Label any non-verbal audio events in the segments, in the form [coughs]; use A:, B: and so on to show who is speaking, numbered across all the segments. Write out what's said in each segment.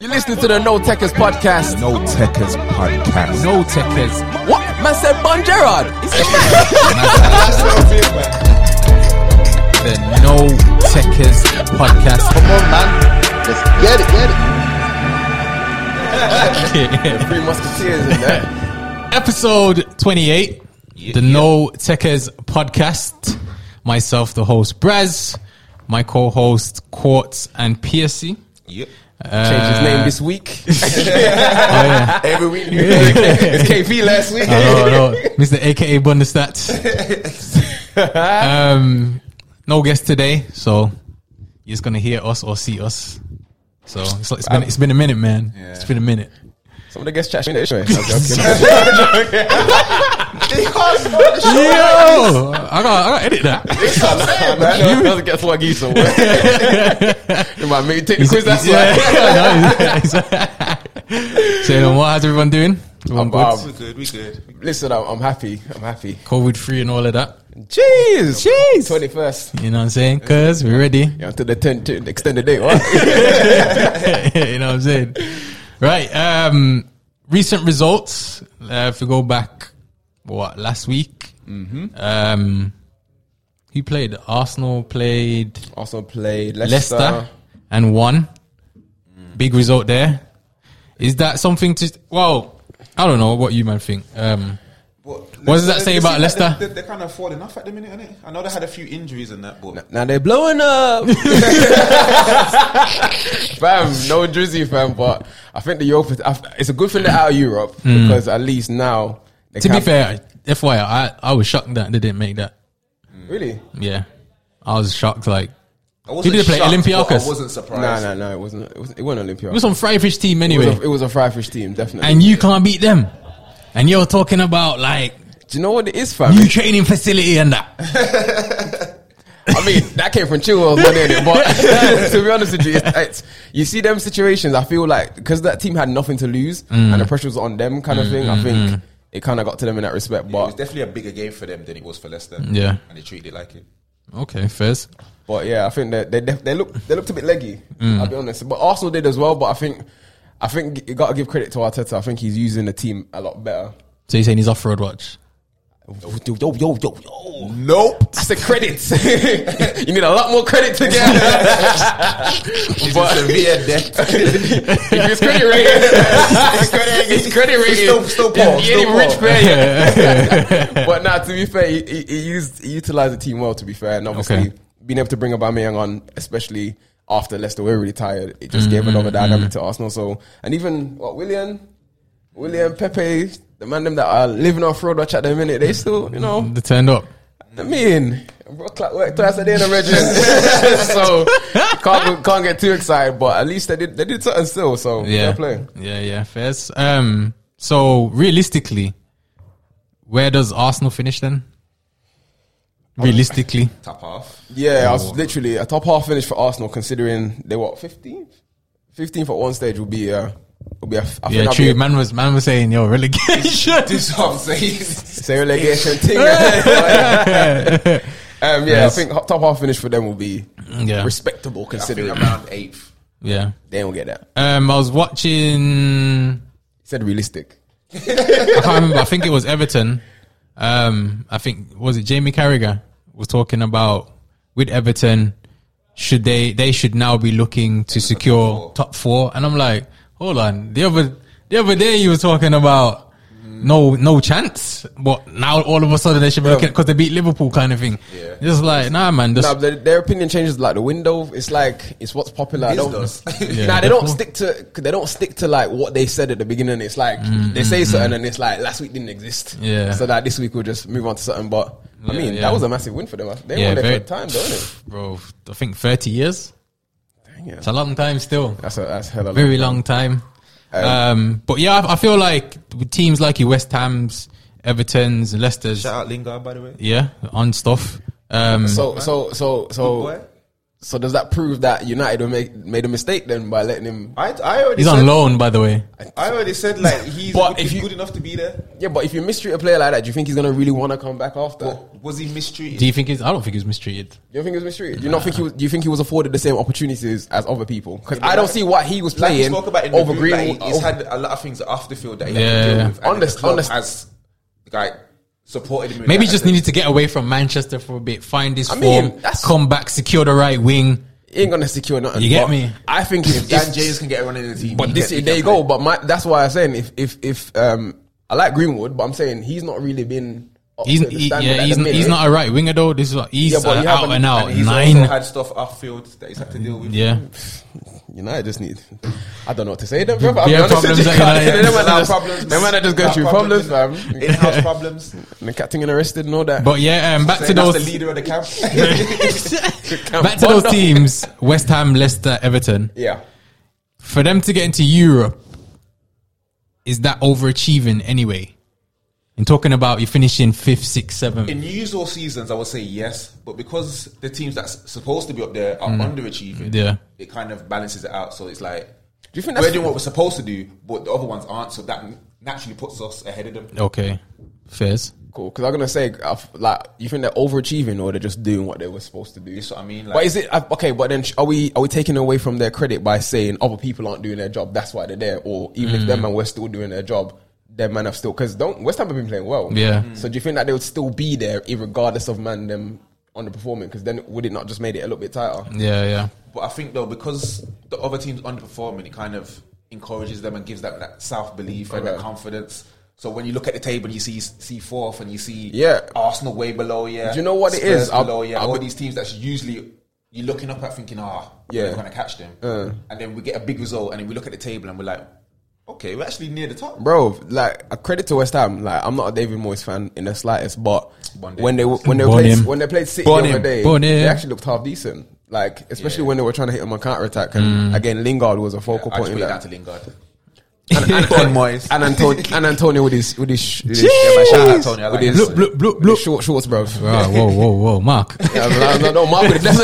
A: You're listening to the No Techers podcast.
B: No Techers podcast.
C: No techers.
A: What? Man said Bon Gerard. He said-
C: The No Techers podcast.
D: Come on, man. Let's get it, get it.
A: Three musketeers in there.
C: Episode 28. the No Techers podcast. Myself, the host, Braz. My co host, Quartz and Piercy.
B: Yep.
A: Changed his name this week.
C: Oh, yeah.
A: Every week. it's KP last week.
C: Oh, no. Mr. AKA
A: [laughs]
C: Bundestats. um, no guest today, so you're just going to hear us or see us. So it's, it's been it's been a minute, man. It's been a minute.
A: Some of the guests chat shit
C: [laughs]
A: anyway. I'm joking. [laughs]
C: Yo, I got I got edit that.
A: Man, that doesn't get swag you
B: [laughs]
A: so well. You might make- take the quiz, that's
C: yeah,
A: why.
C: [laughs] yeah, no, he's- he's- so, um, what how's everyone doing? Everyone
A: Um, um,
C: good?
B: We good, we good.
A: Listen, I'm, I'm happy. I'm happy.
C: COVID free and all of that.
A: Jeez, jeez. Twenty first.
C: You know what I'm saying? Cause we're ready.
A: Yeah, until the ten to extend the day. What?
C: [laughs] you know what I'm saying? Right. Um, recent results. Uh, if we go back, what last week? Mm-hmm. Um, who played? Arsenal played
A: also played
C: Leicester,
A: Leicester. Mm.
C: and won. Big result there. Is that something to? Well, I don't know what you man think. Um, What does that say about Leicester?
B: They're, kind of falling off at the minute, innit? I know they had a few injuries in that, but
A: Now they're blowing up. [laughs] fam, no drizzy, fam. But I think the Europa, I- it's a good thing they're out of Europe because at least now. They
C: to be
A: can-
C: fair, FYI, I, I was shocked that they didn't make that.
A: Really?
C: Yeah, I was shocked. Like
B: I wasn't
C: Who did they play?
B: shocked,
C: Olympiacos?
B: but I wasn't surprised.
A: No, no, no. It wasn't. It wasn't, it wasn't Olympia.
C: it was some fry fish team anyway,
A: It was a, fry fish team, definitely.
C: and you can't beat them. And you're talking about like
A: Do you know what it is, fam?
C: new training facility and that.
A: I mean, that came from Chilwell's money in it, but [laughs] to be honest with you, it's, it's, you see them situations. I feel like because that team had nothing to lose and the pressure was on them, kind of thing. I think it kind of got to them in that respect.
B: It was
A: But
B: definitely a bigger game for them than it was for Leicester.
C: Yeah.
B: And they treated it like it.
C: Okay, first.
A: but yeah, I think they they, def- they look they looked a bit leggy. I'll be honest, but Arsenal did as well. But I think I think you got to give credit to Arteta. I think he's using the team a lot better.
C: So you're saying he's off road watch?
A: Yo yo yo yo. yo.
B: Nope.
A: That's the credits. [laughs] you need a lot more credit [laughs] to get. but
B: Severe death.
A: [laughs] if [laughs] it's credit rating, it's credit, it's credit
B: [laughs]
A: rating.
B: Still- [laughs] still Paul,
A: He ain't
B: still
A: even rich
B: Paul.
A: player [laughs] yet. [laughs] but now, to be fair, he, he, he used he utilized the team well. To be fair, and obviously
C: Okay.
A: being able to bring Aubameyang on, especially after Leicester were really tired, it just
C: Mm-hmm,
A: gave another dynamic to Arsenal. So, and even what William, William Pepe, the man them that are living off road watch at the minute, they still you know
C: They turned up.
A: I mean, bro, cla- work twice a day in the regiment, [laughs] so can't can't get too excited. But at least they did they did something still. So
C: Yeah,
A: fair play.
C: yeah, yeah. Fairs. Um. So realistically, where does Arsenal finish then? Realistically,
B: Top off.
A: Yeah, I was literally a top half finish for Arsenal, considering they were fifteenth. Fifteenth at one stage would be uh would be a, f- I think
C: yeah,
A: that'd
C: true.
A: [laughs] Be
C: Man was man was saying yo relegation.
B: This what I'm saying.
A: a, say relegation
C: [laughs]
A: thing. [laughs] um, yeah,
C: Yes.
A: I think top half finish for them will be
C: [laughs] yeah,
A: respectable,
B: I think
A: considering
B: around eighth.
C: yeah.
A: they don't get that.
C: Um, I was watching.
A: He said realistic.
C: I can't remember. I think it was Everton. Um, I think was it Jamie Carragher was talking about with Everton. Should they they should now be looking to secure top four? And I'm like, hold on. The other the other day you were talking about no no chance, but now all of a sudden they should be looking because they beat Liverpool kind of thing.
B: Yeah.
C: Just like nah, man. Just,
A: No, their, their opinion changes like the window. It's like it's what's popular. I
B: His
A: don't-
B: does.
A: [laughs]
C: Yeah.
A: Nah, they don't stick to they don't stick to like what they said at the beginning. It's like they say something and it's like last week didn't exist.
C: Mm, Yeah.
A: So that this week we'll just move on to something. But I
C: Yeah,
A: mean,
C: yeah.
A: that was a massive win for them. They
C: Yeah,
A: won their
C: very-
A: third time, don't it?
C: bro, I think 30 years.
A: Dang it.
C: It's a long time still.
A: That's a that's a hell of a
C: very long time. Um, but yeah, I, I feel like with teams like your West Ham's, Everton's, and Leicester's,
B: Shout out Lingard, by the way.
C: yeah, on stuff. Um,
A: So so so so
B: Boy.
A: So does that prove that United were make, made a mistake then by letting him?
B: I, I already
C: He's on
B: said,
C: loan, by the way.
B: I already said like he's
A: But
B: good,
A: if you-
B: good enough to be there.
A: Yeah, but if you mistreat a player like that, do you think he's gonna really want to come back after?
B: But was he mistreated?
C: Do you think he's? I don't think he's mistreated.
A: Do you think he was mistreated? Do you not think he was, do you think he was afforded the same opportunities as other people? Because I don't see what he was
B: like we
A: playing
B: spoke about in
A: over
B: the
A: Green.
B: Green, like, he's
A: over-
B: had a lot of things off the field that he
C: Yeah.
B: had to deal with.
A: On
B: and the
A: this-
B: club
A: on this-
B: has like supported him. with
C: Maybe
B: that
C: he just
B: and-
C: needed to get away from Manchester for a bit, find his
A: I mean,
C: form,
A: that's-
C: come back, secure the right wing.
A: he ain't gonna secure nothing.
C: You get
A: But
C: me?
A: I think if,
B: Dan
A: if-
B: James can get a run in the team.
A: But
B: he
A: this
B: can- he
A: there you
B: can
A: go.
B: play.
A: But my, that's why I'm saying if if if um I like Greenwood, but I'm saying he's not really been. Up
C: He's
A: to the
C: he-
A: standard
C: yeah,
A: at
C: he's,
A: the minute. eh?
C: he's not a right winger though. This is what, he's
A: Yeah, but
C: an
A: you
C: out
A: haven't-
C: and out
B: And he's
C: nine.
B: also had stuff off field that he's had to deal with.
A: [laughs]
C: Yeah,
A: United just need. I don't know what to say. Them, brother. I'll
C: Yeah,
A: be honest
C: problems
A: [laughs] with you.
C: at United.
A: They might not-
B: Our problems,
A: They might not just go
B: our
A: through problems, fam.
B: In house
C: [laughs]
B: problems.
A: And the captain getting arrested and all that.
C: but yeah, um, back to
B: Saying that's the
C: those
B: leader of the camp.
C: back to
A: [laughs]
C: those teams: West Ham, Leicester, Everton.
A: yeah,
C: For them to get into Europe, is that overachieving anyway? In talking about you finishing fifth, sixth,
B: [laughs]
C: seventh,
B: In usual seasons, I would say yes, but because the teams that's supposed to be up there are underachieving,
C: Mm. Yeah.
B: it kind of balances it out. So it's like
A: Do you think
B: we're
A: that's-
B: doing what we're supposed to do, but the other ones aren't. So that naturally puts us ahead of them.
C: okay, fairs.
A: cool. Because I'm gonna say, I f- like, you think they're overachieving or they're just doing what they were supposed to do?
B: That's what I mean. Like,
A: But is it uh, okay? But then, sh- are we are we taking away from their credit by saying other people aren't doing their job? That's why they're there. Or even if them man were still doing their job, their man have still because don't West Ham have been playing well.
C: Yeah. Mm.
A: So do you think that they would still be there, regardless of man them underperforming? Because then would it not just made it a little bit tighter?
C: Yeah, yeah.
B: but I think though because the other teams underperforming, it kind of encourages them and gives them that self belief and that
A: Okay.
B: confidence. So when you look at the table, you see see fourth, and you see
A: Yeah.
B: Arsenal way below yeah.
A: Do you know what it
B: Spurs
A: is? I'll-
B: below yeah.
A: I'll
B: all
A: be-
B: these teams that's usually you're looking up at thinking, ah,
A: Yeah. Uh.
B: we're gonna catch them, and then we get a big result, and then we look at the table and we're like, okay, we're actually near the top.
A: Bro, like a credit to West Ham. Like I'm not a David Moyes fan in the slightest, but
B: Bon
A: when they when they
C: Bon
A: played
C: him.
A: when they played City
C: Bon
A: the
C: him.
A: other day,
C: Bon
A: they
C: him.
A: actually looked half decent. Like especially when they were trying to hit him on counter attack, and
C: Mm.
A: again Lingard was a focal
B: I
A: point
B: just
A: in
B: put it down
A: that.
B: to Lingard. [laughs]
A: And, and,
B: Bon Moyes. [laughs]
A: and Antonio and Antonio with his with his, sh- with his,
C: Jeez.
B: Yeah, man, shout out Tony. I
A: with
B: like
A: his,
B: him.
C: Bloop, bloop, bloop,
A: with
C: bloop.
A: his short shorts, bro.
C: Wow, whoa, whoa, whoa, Mark.
A: Yeah, no, no, no, Mark, that's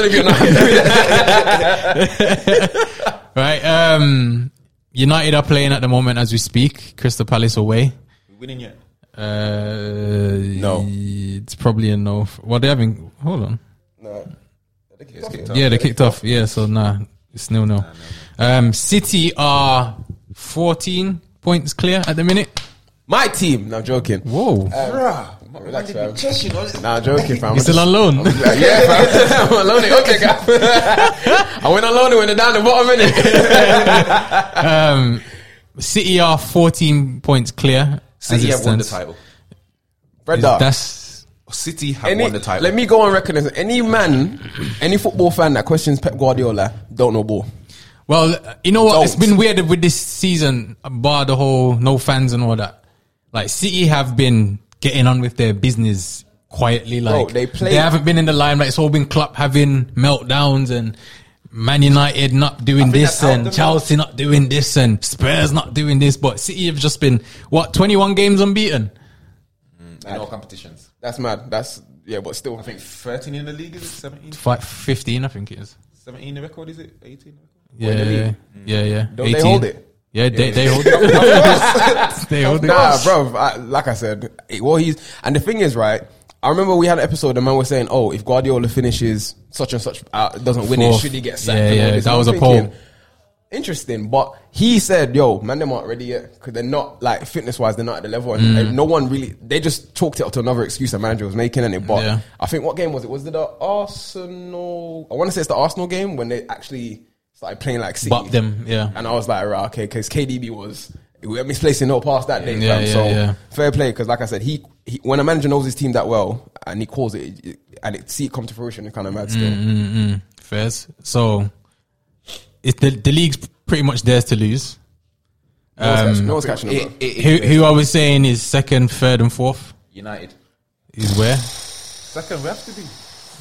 A: not even
C: Right. Um, United are playing at the moment as we speak. Crystal Palace away.
B: We winning yet?
C: Uh, no, it's probably a no. f- Well, they haven't. Hold on.
B: It's kicked off.
C: Yeah, they kicked off. Yeah, so nah, it's nil nil. Um, City are fourteen points clear at the minute.
A: My team. No, I'm joking.
C: Whoa,
B: Uh, Bruh,
A: Relax,
B: man,
A: fam.
B: they be chasing all this-
A: Nah, I'm joking, fam.
C: he's still on
B: [laughs]
C: loan.
A: Like, yeah, fam. [laughs] I'm on loan it. Okay, guy. I went on loan it when they're down the bottom, innit?
C: um, City are fourteen points clear. as
B: City
C: it
B: have won the
C: stands.
B: title.
A: Brother,
C: That's
B: City have
A: any,
B: won the title.
A: let me go on record as any man, any football fan that questions Pep Guardiola don't know ball.
C: Well, you know what? It's
A: Don't.
C: been weird with this season, bar the whole no fans and all that. Like City have been getting on with their business quietly. Like
A: they play-
C: haven't been in the limelight. It's all been Klopp having meltdowns and Man United not doing
B: think
C: this
B: that's helped
C: and
B: them.
C: Chelsea not doing this and Spurs not doing this. But City have just been what twenty one games unbeaten.
B: in all competitions.
A: That's mad. That's yeah, but still,
B: I think 13 in the league is it? 17?
C: Five, 15, I think it is.
B: 17 the record is it? 18?
C: Yeah,
A: the
C: yeah,
A: league.
C: yeah, yeah.
A: Don't they hold it?
C: Yeah, they, they hold it.
A: [laughs]
C: they hold it. [laughs]
A: nah, bro. I, like I said, it, well, he's and the thing is, right. I remember we had an episode. The man was saying, "Oh, if Guardiola finishes such and such, uh, doesn't win it,
C: Fourth.
A: should he get sacked?"
C: Yeah,
A: and all
C: yeah,
A: this?
C: that
A: And
C: was
A: I'm
C: a poll.
A: thinking, Interesting, but he said, "Yo, man, them aren't ready yet because they're not like fitness-wise, they're not at the level, and
C: Mm.
A: and no one really. They just chalked it up to another excuse the manager was making, and it. But
C: Yeah.
A: I think what game was it? Was it the Arsenal? I want to say it's the Arsenal game when they actually started playing like City.
C: Bop them, yeah.
A: And I was like, right, okay, because KDB was we were misplacing no pass that day.
C: Yeah,
A: fam.
C: yeah,
A: so
C: yeah.
A: fair play, because like I said, he, he when a manager knows his team that well and he calls it, it- and it see it come to fruition, it kind of mad still.
C: Mm-hmm. Fairs. So it's the the league's pretty much theirs to lose.
A: No one's catching, no one's
C: Um,
A: catching him, bro.
C: Who who are we saying is second, third, and fourth?
B: United.
C: Is where
B: Second, we have to be.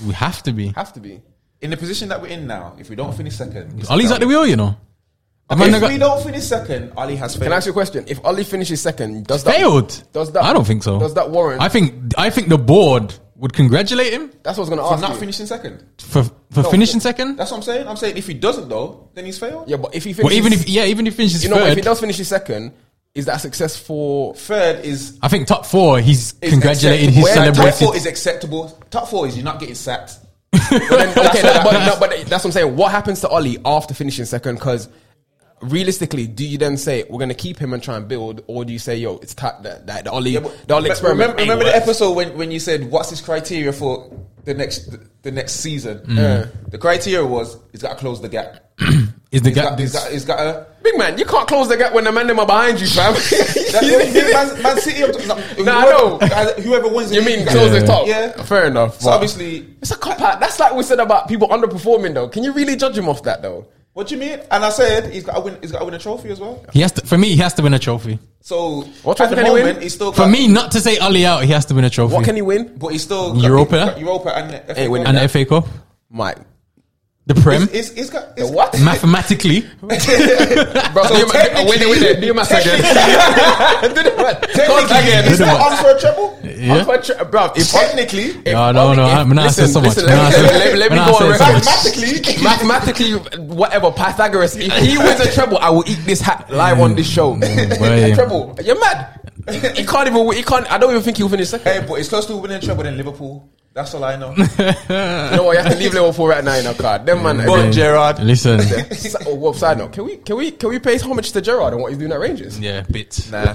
C: we have to be.
A: Have to be.
B: In the position that we're in now, if we don't finish second. it's
C: Ollie's
B: down.
C: at the wheel, you know. The man that
B: If
C: got-
B: we don't finish second, Ali has failed.
A: Can I ask you a question? If Ollie finishes second, does that
C: failed.
A: Does that
C: I don't think so.
A: Does that warrant?
C: I think I think the board would congratulate him
A: That's what I was gonna
B: For
A: ask.
B: not
A: you.
B: finishing second.
C: for for
A: No,
C: finishing
A: but-
C: second.
B: That's what I'm saying. I'm saying if he doesn't though, then he's failed.
A: Yeah, but if he
C: Well,
A: finishes,
C: even if yeah, even if he finishes
A: you know, but if
C: third,
A: he does finish his second, is that success for?
B: Third is
C: I think top four. He's
B: is
C: congratulating
B: acceptable.
C: his
A: Where
B: Top
C: celebrated.
B: four is acceptable. Top four is you're not getting sacked.
A: But then,
B: [laughs]
A: okay, no, but, no, but that's what I'm saying. What happens to Ollie after finishing second? Because realistically, do you then say we're gonna keep him and try and build, or do you say, yo, it's cut that that the Ollie,
B: but-
A: the Ollie
B: but
A: experiment?
B: Remember,
A: ain't
B: remember the
A: worked.
B: episode when, when you said what's his criteria for the next the, next season? Uh,
C: Mm.
B: the criteria was he's got to close the gap.
C: Is the
B: He's got,
C: gap?
B: he's got, he's got a.
A: Big man, you can't close the gap when the man them are behind you,
B: [laughs]
A: fam. [laughs]
B: Man, Man City. I'm talking-
A: Nah, I
B: whoever-
A: know.
B: uh, Whoever wins,
A: you
B: the
A: mean
B: league.
A: close the
C: Yeah.
A: top? Oh,
B: Yeah.
A: fair enough.
B: So
A: but-
B: obviously,
A: It's a cop out. That's like we said about people underperforming, though. Can you really judge him off that, though?
B: what do you mean? And I said he's got to win. He's got to win a trophy as well.
C: He has to, for me, he has to win a trophy.
B: So
A: What
B: at
A: trophy
B: the
A: can he win?
B: moment, he's still
C: For
B: got-
C: me, not to say Ali out, he has to win a trophy.
A: What can he win?
B: but he's still got-
C: Europa?
B: he's got Europa, and FA
A: winning
B: Cup.
C: and the FA Cup,
A: Mike.
C: the Prem,
B: He's- he's got he's-
A: What?
C: mathematically.
A: Bro, do your ma-
B: technically-
A: win it, win it. Do your
B: [laughs]
A: maths again. [laughs] Do the math. Talk again.
B: Technically, he's not on for a treble.
A: I'm
C: Yeah.
A: gonna try- Bro, if
B: Technically,
A: if-
C: No, no, no,
A: if-
C: I'm not
A: listen,
C: saying so much.
A: listen,
C: I'm not
A: Let me-
C: saying-
A: let me- let me
C: I'm not
A: go on
C: saying so
A: record.
C: much.
B: mathematically,
A: Mathematically, whatever, Pythagoras, if he wins a treble, I will eat this hat live on this [laughs] show.
C: [laughs] way.
A: a [laughs] treble. You're mad. He, he can't even, win- he can't, I don't even think he'll finish second.
B: Hey, but it's close to winning treble than Liverpool. That's all I
C: [laughs]
B: know.
A: You know what? You have to leave Liverpool right now in our card. Them man.
B: But Gerard,
C: Listen,
A: Si- oh, well, side note, can we can we can we pay homage to Gerard and what he's doing at
C: [laughs]
A: Rangers?
C: yeah, bit.
B: nah.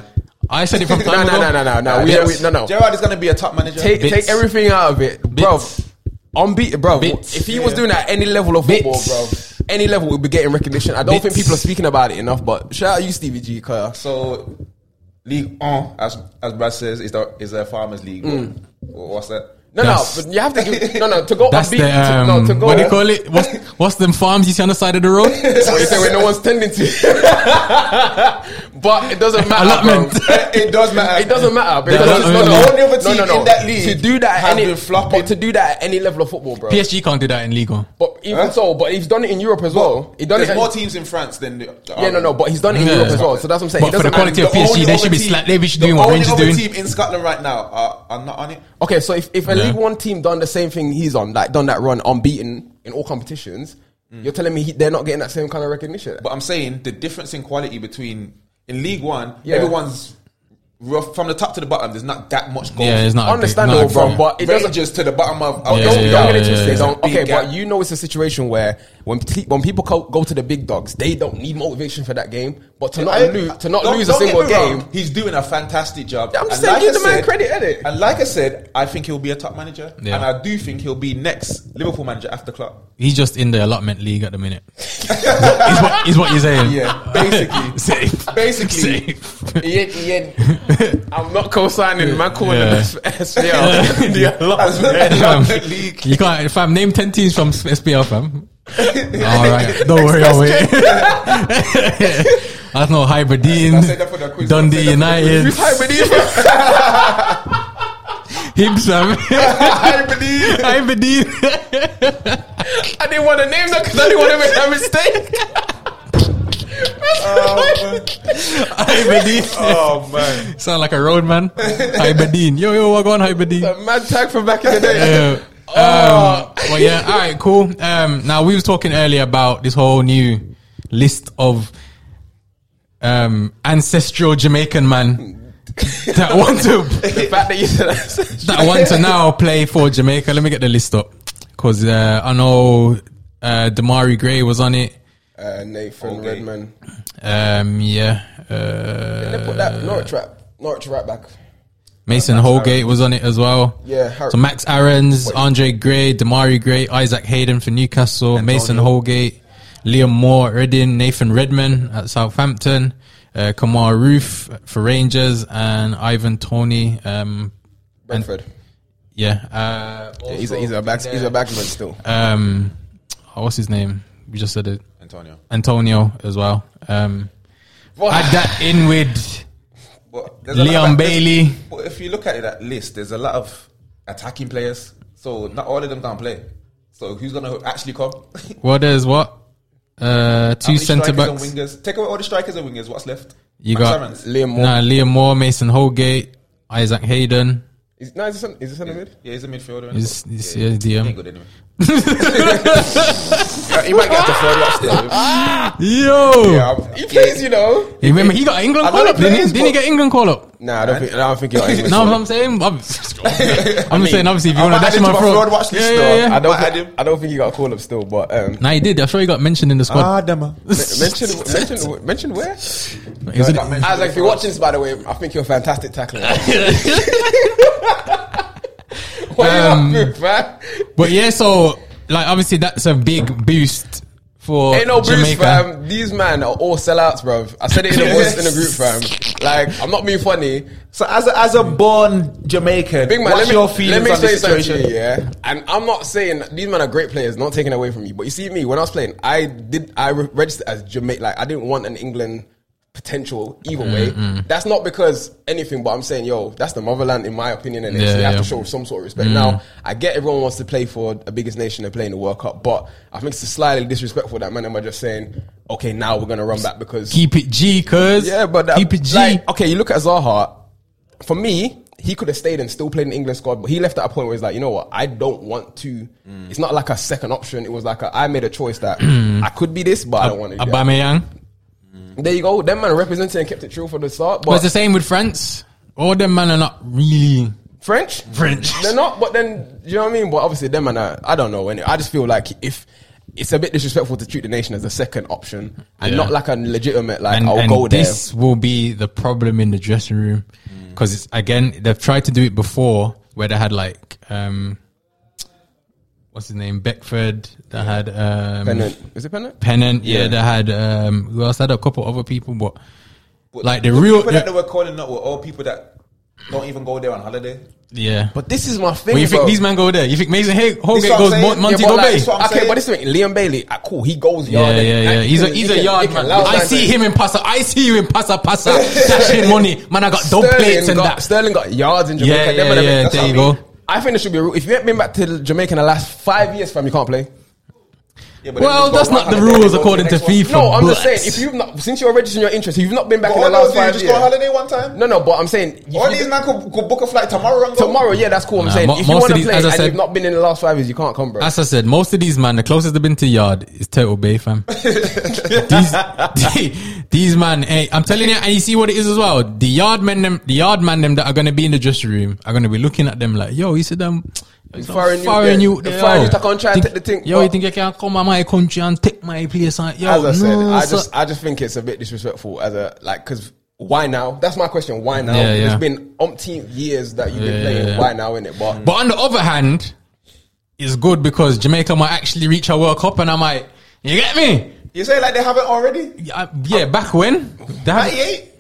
C: I said it
A: [laughs]
C: from
A: No,
C: time
A: no,
C: ago.
A: no, no, no, no. We,
B: Yes.
A: we, no, no.
B: Gerard is going to be a top manager.
A: Take
C: Bits.
A: take everything out of it, bro.
C: Bits.
A: Unbeaten, bro.
C: Bits.
A: If he was doing that at any level of
C: Bits.
A: football, bro, any level would be getting recognition. I don't
C: Bits.
A: think people are speaking about it enough. But shout out you, Stevie G, cause
B: so, League One, as as Brad says, is the is a farmers league.
A: Mm.
B: What- What's that?
A: no,
C: That's-
A: no. But you have to give no, no. To go
C: That's
A: unbeaten,
C: the
A: to-
C: um,
A: no, to go.
C: what do
A: [laughs]
C: you call it? What's what's them farms you see on the side of the road?
A: What you [laughs] say when no one's tending to? but it doesn't matter.
C: Allotment.
A: Bro.
C: [laughs]
B: it does matter.
A: It doesn't matter because
C: That
A: it's
C: doesn't
A: not
C: matter.
A: no,
B: Only other
A: no, no,
B: team
A: no.
B: in that league
A: to do that at
B: has
A: any
B: been flopping.
A: but to do that at any level of football, bro.
C: PSG can't do that in League One.
A: But even
B: Huh?
A: so, but he's done it in Europe as well. He done
B: There's
A: it.
B: more teams in France than the, the
A: yeah, no, no. But he's done it in
C: Yeah.
A: Europe as well. So that's what I'm saying.
C: But
A: it
C: for the
A: doesn't
C: quality
A: matter.
C: of PSG,
B: only
C: they
B: other
C: should be
B: team-
C: sla- they should
B: the
C: doing what
B: only
C: Rangers
B: other
C: doing.
B: team in Scotland right now are, are not on it.
A: Okay, so if, if a
C: Yeah.
A: League One team done the same thing he's on, like done that run unbeaten in all competitions, you're telling me he, they're not getting that same kind of recognition.
B: But I'm saying the difference in quality between in League One,
A: Yeah.
B: everyone's rough from the top to the bottom. There's not that much goal.
C: Yeah, it's not a big-
A: Understandable,
C: not a
A: bro.
C: big-
A: But it doesn't.
B: Rangers to the bottom of. of
C: Yeah,
A: Don't,
C: yeah,
A: don't get
C: yeah,
A: it twisted.
C: yeah,
A: Don't-
B: yeah.
A: okay,
B: Big
A: but
B: gap.
A: you know it's a situation where when te- when people co- go to the big dogs, they don't need motivation for that game. But to not
B: I-
A: lose, to not
B: don't-
A: lose a
B: don't get
A: single
B: me wrong,
A: game,
B: he's doing a fantastic job.
A: I'm just
B: And
A: saying, give
B: I
A: the man credit, innit?
B: And like I said, I think he'll be a top manager,
C: Yeah.
B: and I do think he'll be next Liverpool manager after Klopp.
C: He's just in the allotment league at the
A: [laughs]
C: minute. is, what, is what you're saying?
B: Yeah, basically.
C: [laughs] Safe.
B: Basically.
C: Safe.
A: Yeah, yeah. [laughs] I'm not co-signing. Man, calling
C: Yeah.
B: [laughs]
A: yeah. the [laughs] SPL. the
B: As
A: allotment.
C: Fam,
B: Liverpool league.
C: you can't, fam. Name ten teams from SPL,
B: [laughs]
C: fam. All right, don't worry, I'll wait. [laughs] I don't know, Aberdeen,
B: I said that for the quiz. I
C: Dundee
B: said that for the
C: United,
A: You type it in.
C: Hibs, fam. [laughs]
A: I believe.
C: Aberdeen.
A: I didn't want to name that because I didn't want to make that [laughs] mistake.
C: Aberdeen.
B: Oh man,
C: Sound like a road man. Aberdeen. Yo, yo, what going, Aberdeen?
A: A mad tag from back in
C: [laughs]
A: the day.
C: Yeah. Uh, Um, well, yeah. All right, cool. Um, now we was talking earlier about this whole new list of um, ancestral Jamaican man [laughs] that want to
A: The fact that you said that.
C: that want to now play for Jamaica. Let me get the list up because uh, I know uh, Damari Gray was on it.
A: [laughs] Uh, Nathan
B: Okay.
A: Redman.
C: Um, yeah.
A: They
C: Uh,
A: put that Norwich rap. Norwich right back.
C: Mason Holgate was on it as well.
A: Yeah, Har-
C: So Max Aaron's, Andre Gray, Damari Gray, Isaac Hayden for Newcastle, Mason Holgate, Liam Moore, Reddin, Nathan Redman at Southampton, uh, Kamar Roof for Rangers, and Ivan Tony. Um,
A: Brentford.
C: yeah. Uh,
A: Yeah, Uh, he's a, he's a back he's a backman still.
C: Um, oh, what's his name? We just said it.
B: Antonio.
C: Antonio as well. Um, add that in with
B: But there's a lot
C: Leon
B: of- there's-
C: Bailey.
B: But if you look at it, that list, there's a lot of attacking players. So not all of them can play. So who's gonna actually come? [laughs]
C: What is what? Uh,
B: How
C: two
B: many
C: centre
B: strikers and
C: backs.
B: wingers. Take away all the strikers and wingers. What's left?
C: You
B: Max
C: got
B: Aarons.
A: Liam Moore.
C: Nah, Liam Moore, Mason Holgate, Isaac Hayden.
A: Is Is, no, is it, cent- is it centre mid?
B: Yeah, he's a midfielder. isn't
C: He's- he's-
B: he?
C: he's DM.
B: He ain't good anyway.
A: Uh, he might get to third up still.
C: Yo,
A: [laughs] He plays, you know.
C: He remember he got an England
A: I
C: call
A: don't
C: up. Didn't, he,
A: think
C: didn't he
A: he's-
C: get England call up?
A: Nah, I don't think. I don't think [laughs] he'll.
C: No, what I'm saying. I'm, I'm just saying. Obviously, if you
B: I
C: want to
B: might
C: dash
B: add him
C: my
B: to my
C: throat,
B: fraud watch list,
C: yeah,
B: though.
C: yeah, yeah.
A: I don't.
B: Might add
A: Think,
B: him.
A: I don't think he got a call up still, but um,
C: Nah, he did. I'm sure he got mentioned in the
A: Ah,
C: squad.
A: [laughs]
B: Adama.
A: mention mention mention where?
C: Is it-
B: that-
A: Isaac, if you're watching this, by the way, I think you're a fantastic [laughs] tackler. what
C: Um,
A: are you up with, man?
C: but yeah, so like obviously that's a big boost for
A: Ain't no boost,
C: Jamaica.
A: fam. These man are all sellouts, bro. I said it in the voice in the group, fam. Like, I'm not being funny.
B: So as a, as a born Jamaican,
A: Big man,
B: what's
A: let me,
B: your feelings
A: let me
B: on
A: explain
B: this
A: something to
B: situation?
A: you, yeah? And I'm not saying these men are great players, not taken away from you. But you see me, when I was playing, I did I re- registered as Jamaica. Like, I didn't want an England potential either way.
B: Mm,
A: That's not because anything, but I'm saying, yo, that's the motherland in my opinion, and
C: Yeah,
A: you have
C: yeah.
A: to show some sort of respect.
B: Mm.
A: Now, I get everyone wants to play for a biggest nation and play in the World Cup, but I think it's slightly disrespectful that man am I just saying, okay, now we're gonna run back because
C: Keep it G, cuz
A: yeah, but that,
C: keep it G.
A: like, okay, you look at Zaha. For me, he could have stayed and still played in England squad, but he left at a point where he's like, you know what? I don't want to.
C: Mm.
A: It's not like a second option. It was like a, I made a choice
C: [clears throat]
A: that I could be this, but I don't want to. do that.
C: Aubameyang.
A: There you go. Them man represented and kept it true for the start.
C: But it's the
A: But
C: same with France. All them man are not really
A: French,
C: French.
A: they're not. But then you know what I mean. But obviously, them man, are, I don't know. And I just feel like if. It's a bit disrespectful to treat the nation as a second option and
C: Yeah.
A: not like a legitimate like
C: and,
A: I'll
C: and
A: go there. Mm.
C: this will be the problem in the dressing room because it's again they've tried to do it before where they had like um what's his name Beckford they had um
A: pennant. Is it pennant?
C: Pennant yeah,
A: Yeah.
C: they had um who else had a couple other people but
B: But
C: Like, the real-
B: people that they were calling up were all people that don't even go there on holiday.
C: yeah but
A: But this is my thing.
C: well, you think
A: bro.
C: these men go there you think Mason Hay-
B: This is
C: Holgate
B: what I'm
C: goes
B: saying.
C: Mon- Monty
A: yeah, but
C: Gobert
A: like,
B: what I'm
A: okay,
B: saying.
A: but this thing, Liam Bailey, ah, cool, he goes
C: yeah,
A: yard. and-
C: yeah, yeah.
A: and
C: He's a
A: he
C: he's
A: can-
C: a
A: he
C: yard
A: can
C: man.
A: loud
C: I
A: down
C: see
A: there.
C: him in passa. I see you in passa
A: [laughs]
C: passa. Dashing money, man. I got dog plates
A: Sterling
C: and
A: got,
C: that.
A: Sterling got yards in Jamaica.
C: Yeah,
A: Them
C: yeah,
A: and them-
C: yeah,
A: that's
C: there
A: what
C: you
A: I mean.
C: go.
A: I think there should be a rule. If you ain't been back to Jamaica in the last five years, fam, you can't play.
B: Yeah, but
C: Well,
B: they just
C: that's
B: go on
C: not the
B: holiday, they
C: rules
B: go
C: according to
B: the next one.
C: FIFA.
A: No, I'm just
C: but-
A: saying, if you've not, since you're registering your interest, if you've not been back
B: But
A: in the
B: all
A: last
B: those
A: five
B: dudes just go on
A: years.
B: holiday one time.
A: No, no, but I'm saying. if
B: All
A: you
B: these
A: did-
B: man could, could book a flight tomorrow and go.
A: Tomorrow, yeah, that's cool. I'm
C: Nah,
A: saying,
C: mo-
A: if you
C: most
A: want
C: of
A: to
C: these-
A: play
C: as I
A: and
C: said-
A: you've not been in the last five years, you can't come, bro.
C: As I said, most of these man, the closest they've been to yard is Turtle Bay,
A: [laughs]
C: fam. these, these man, hey, I'm telling you, and you see what it is as well. The yard men, them, the yard man, them that are gonna be in the dressing room are gonna be looking at them like, yo, you see them. It's not
A: foreign you-
C: foreign
A: yeah,
C: you,
A: the
C: yo.
A: foreign you to come try and
C: Think-
A: take the thing,
C: Yo, you
A: but-
C: think you can come on my country and take my place? And, yo,
A: as I said,
C: Oh, no,
A: I
C: sir.
A: just I just think it's a bit disrespectful as a like because why now? That's my question. Why now?
C: Yeah, yeah.
A: It's been umpteen years that you've
C: Yeah,
A: been playing.
C: yeah, Mm. yeah.
A: Why now in it? But,
C: But on the other hand, it's good because Jamaica might actually reach a World Cup, and I might, you get me?
B: You say like they haven't already.
C: Yeah, yeah back when, That-
B: 98.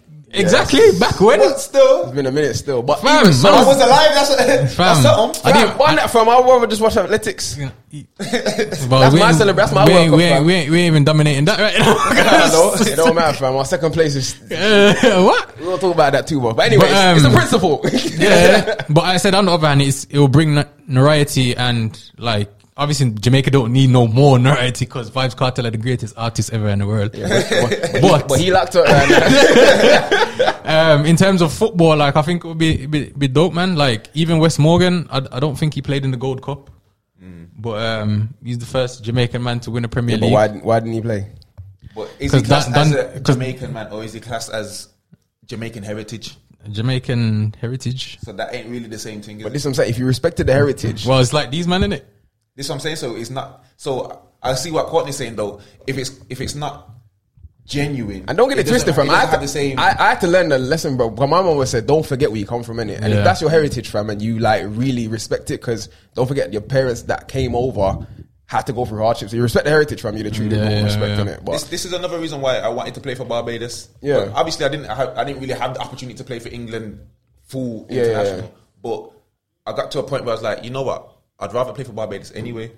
C: exactly, back when.
B: But still,
A: it's been a minute still. But
C: Fam,
A: even so,
C: man,
B: I was alive. That's what. [laughs] That's
C: Fam,
B: something.
C: I
A: I
C: didn't-
A: didn't, why not from? I rather just
C: [laughs]
A: watch athletics. [laughs]
C: Well,
A: That's
C: we
A: my
C: ain't-
A: celebra- that's my
C: we
A: World
C: ain't,
A: Cup,
C: we, ain't,
A: fam.
C: we, ain't, we ain't even dominating that right
A: [laughs] I know, it
C: now.
A: don't matter, fam. Our second place is.
C: [laughs] Uh, what?
A: We'll talk about that too, bro. But anyway,
C: But, um,
A: it's a principle. [laughs]
C: Yeah, but I said on the other hand, it's, it will bring no- notoriety and like obviously Jamaica don't need no more notoriety because Vibes Cartel are the greatest artists ever in the world. but
A: but he
C: [laughs]
A: lacked it. Uh,
C: um, in terms of football, like I think it would be, be be dope, man. Like even Wes Morgan, I, I don't think he played in the Gold Cup, but um, he's the first Jamaican man to win a Premier
A: Mm. but
C: League.
A: why? Why didn't he play?
B: But is he
C: 'Cause that-
B: classed as
C: that-
B: a
C: 'cause-
B: Jamaican man or is he classed as Jamaican heritage?
C: Jamaican heritage.
B: So that ain't really the same thing. Is
A: But
B: it?
A: this is what I'm saying. If you respected the heritage,
C: Well, it's like these man in it.
B: This is what I'm saying. So it's not. So I see what Courtney's saying though. If it's if it's not genuine,
A: And don't get it,
B: doesn't-
A: twisted, fam.
B: doesn't
A: I had,
B: have
A: to,
B: the same.
A: I, I had to learn the lesson, bro. But my mom always said, "Don't forget where you come from, innit? And
C: Yeah.
A: if that's your heritage, fam, and you like really respect it, because don't forget your parents that came over had to go through hardships. you respect the heritage, fam. You're the true
C: Yeah,
A: yeah,
C: yeah,
A: respect
C: yeah.
A: in it. But
B: this, this is another reason why I wanted to play for Barbados.
A: Yeah.
B: But obviously, I didn't. I, had- I didn't really have the opportunity to play for England full
A: Yeah, yeah, yeah.
B: international. But I got to a point where I was like, you know what? I'd rather play for Barbados anyway.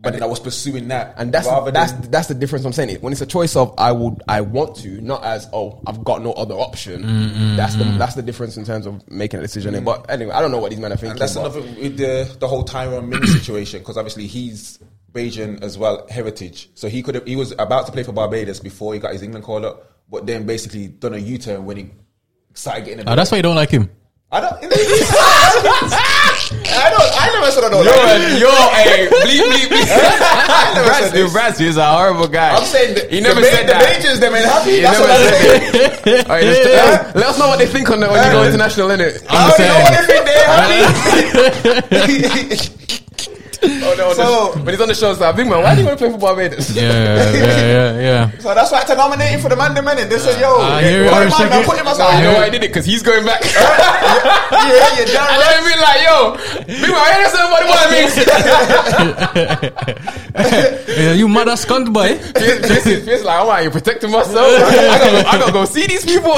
B: But then I was pursuing that,
A: and that's
B: rather
A: that's
B: than,
A: that's the difference I'm saying. It when it's a choice of I would I want to, not as oh I've got no other option.
B: Mm,
A: that's the that's the difference in terms of making a decision. innit? But anyway, I don't know what these men are thinking.
B: and that's
A: but-
B: another with the the whole Tyrone Mings [coughs] situation because obviously he's Bajan as well heritage. So he could have he was about to play for Barbados before he got his England call up, but then basically done a U turn when he started getting. A
C: Oh, that's why you don't like him.
B: I don't. [laughs] I don't. I never said I don't. like it.
A: Yo, hey, bleep,
C: [laughs]
A: bleep, bleep.
B: I never said
A: Razz,
B: this.
A: Razz is a horrible guy.
B: I'm saying that
A: he never
B: the, ma-
A: said
B: the
A: that.
B: majors them ain't happy.
A: He
B: That's
A: never
B: what I'm
A: said
B: saying.
C: [laughs]
A: that. Alright, just-
B: Yeah.
A: let us know what they think on the, when you go international, innit?
B: I don't know
C: saying.
B: what they think they're
A: [laughs]
B: happy.
A: Oh, no,
B: So-
A: no. But he's on the show, so I think, man, why do you want to play for Barbados?
C: Yeah, yeah, yeah, yeah. Ah,
B: So that's why I had to nominate him for the man the man and they said, yo,
C: I hear you,
B: what
C: I
B: man,
C: respect
B: I'm
C: it.
B: putting
A: No,
B: myself
A: you know
B: yeah,
A: why [laughs] I did it? Because he's going back. [laughs]
B: yeah, you're damn
A: And
B: right.
A: I've been like, yo, Big Man, I understand what what it
C: yeah you mother scunt boy.
A: means. Fierce- Fierce- Fierce like, I'm out here
C: [laughs]
A: protecting myself. I gotta, I gotta go see these people.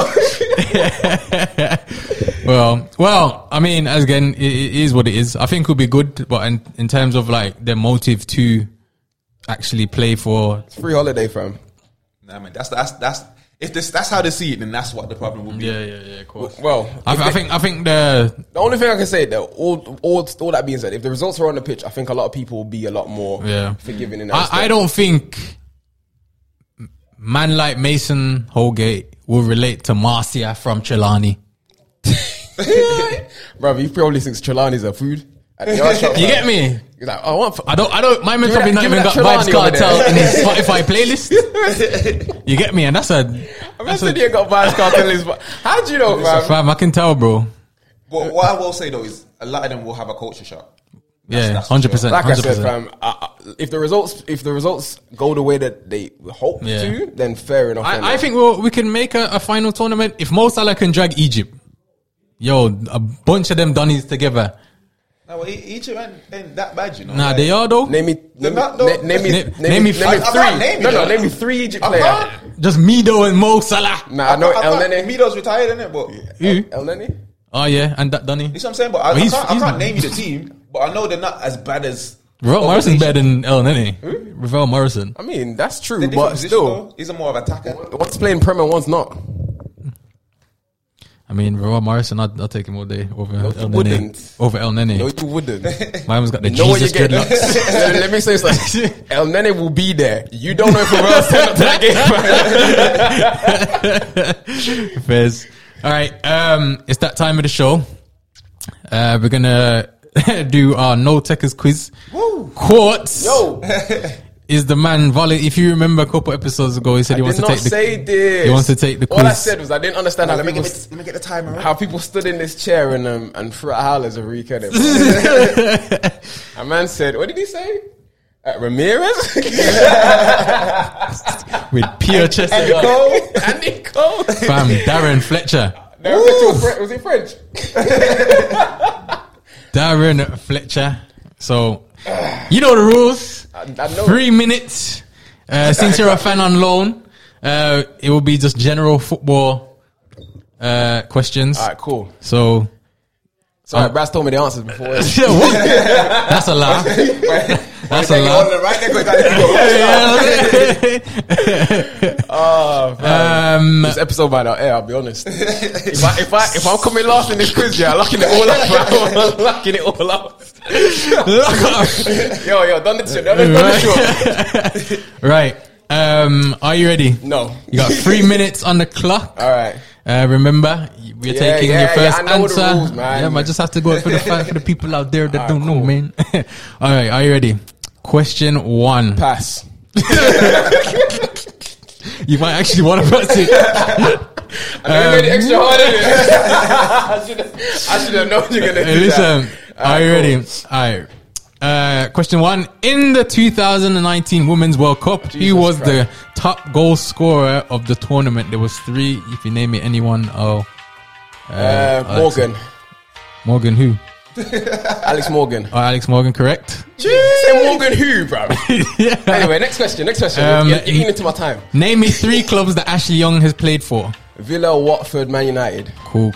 C: Well, well, I mean, as again, it, it is what it is. I think it would be good, but in, in terms of like their motive to actually play for,
A: [laughs] Free holiday, fam.
B: Nah, man, that's that's that's if this that's how they see it, then that's what the problem will be.
C: yeah, yeah, yeah, of course.
A: Well,
C: I, th- I think, I think the
A: the only thing I can say that all, all, all that being said, if the results are on the pitch, I think a lot of people will be a lot more
C: Yeah.
A: forgiving in that.
C: I, I
A: [laughs] respect.
C: don't [laughs] think man like Mason Holgate will relate to Marcia from Chelani.
A: Bruv, he probably thinks Trelawney's a food. At the yard shop,
C: You get
A: fam.
C: me?
A: He's like, I want. f-
C: I don't. I don't. My man
A: me
C: probably
A: that-
C: not
A: give me
C: even got
A: that
C: vibes
A: Trelawney
C: cards
A: over there.
C: out in
A: [laughs]
C: his Spotify playlist. you get me? And that's a.
A: I'm
C: That's
A: just sitting
C: a
A: here got vibes cartel is. How do you know, fam?
C: fam, I can tell, bro.
B: But [laughs] what I will say though is a lot of them will have a culture shock.
C: Yeah,
B: that's
C: hundred percent.
A: Like I
C: Hundred
A: said,
C: percent.
A: fam, I, I, if the results if the results go the way that they hope
C: Yeah.
A: to, then fair enough. innit?
C: I, I think we'll, we can make a, a final tournament if Mo Salah can drag Egypt. Yo, a bunch of them Donnies together.
B: Now well, E- Egypt ain't, ain't that bad, you know.
C: Nah,
B: Like,
C: they are though.
A: Name me,
B: They're
A: name,
B: not,
A: me-
B: though.
A: na- name me,
C: Na-
A: name,
C: name me
A: me, name
C: three.
A: me
B: I can't
A: three.
B: name
A: No,
B: you,
A: no,
B: though.
A: name me three Egypt
B: I
A: player.
B: can't-
C: Just Mido and Mo Salah.
A: Nah, I know
B: I
A: El
B: can't-
A: Nene.
B: Mido's retired, innit? But you
C: You?
A: El Nene.
C: Oh yeah, and that Donny.
B: see what I'm saying? But I,
C: Well,
B: I
C: he's-
B: can't, I
C: he's-
B: can't name you the team, but I know they're not as bad as
C: Ravel
B: other
C: Morrison's
B: nations.
C: better than Ellen, isn't he? Ravel Morrison.
A: I mean, that's true,
B: They're different
A: but
B: position,
A: still,
B: though. he's a more of attacker.
A: one's playing Prem and one's not.
C: I mean, Ravel Morrison, I'd, I'd take him all day over El Nene.
A: wouldn't.
C: Over El
A: No,
C: Nene.
A: you
C: [laughs]
A: wouldn't. You
C: My man's got the
A: know what you
C: Jesus
A: get. let,
C: dreadlocks.
A: [laughs] let me
C: [laughs]
A: say something. El Nene will be there. You don't know if we're going to stand up to that
C: [laughs]
A: game.
C: Fizz. All right, um, it's that time of the show. Uh, we're gonna [laughs] do our no techers quiz. Quartz
A: Yo,
C: is the man. Volley, if you remember a couple episodes ago, he said he
A: did
C: wants to
A: not
C: take the.
A: say this.
C: he wants to take the
A: All I
C: quiz. [laughs]
A: said was I didn't understand how
B: Let me,
A: people
B: get, the- let me get the timer.
A: how people stood in this chair and um, and threw out howlers every weekend. [laughs] a man said, "What did he say?" Uh, Ramirez [laughs]
C: with pure chest.
A: and Cole and Nicole.
C: Bam, Darren Fletcher.
A: Now, was it Fre- was he French?
C: Darren Fletcher. So, you know the rules.
A: I, I know.
C: Three minutes.
A: [laughs]
C: Uh, since you're a fan on loan, uh, it will be just general football uh, questions.
A: All right, cool. Um,
C: So, [laughs]
A: Sorry, Brass told me the answers [laughs] before.
C: Yeah, what? That's a
A: [laughs]
C: lie. That's a
B: on
C: lie.
B: the right there, 'cause I-
C: [laughs] um,
A: this episode by the air, I'll be [laughs] honest. If I if I if I'm coming last in this quiz, yeah, I'm locking it all [laughs] up. bro. I'm locking it all up. Yo, yo, done the show, done the, done the show.
C: right. Um, are you ready?
A: No,
C: You got three minutes on the clock.
A: All right.
C: Uh, remember, we're
A: Yeah,
C: taking
A: yeah,
C: your first
A: yeah, I know the
C: answer.
A: rules, man. Ah,
C: Yeah, man, I just have to go for the fa- for the people out there that don't know, man. [laughs] All right, are you ready? Question one.
A: Pass.
C: You might actually [laughs] want to press
A: [laughs]
C: it. Um,
A: I made it extra hard. [laughs] innit? I should have known you're gonna
C: Hey,
A: do
C: listen,
A: that.
C: are you ready? All right. Uh, question one: In the 2019 Women's World Cup, who was the top goal scorer of the tournament? There was three. If you name it, anyone? Oh,
A: Uh,
C: Alex-
A: Morgan,
C: Morgan who?
A: Alex Morgan.
C: Oh, Alex Morgan, correct. [laughs]
A: Say Morgan who, bro?
C: yeah.
A: [laughs] Anyway, next question. Next question.
C: Um,
A: you're, you're eating into my time.
C: Name me three [laughs] clubs that Ashley Young has played for.
A: Villa, Watford, Man United.
C: Cool,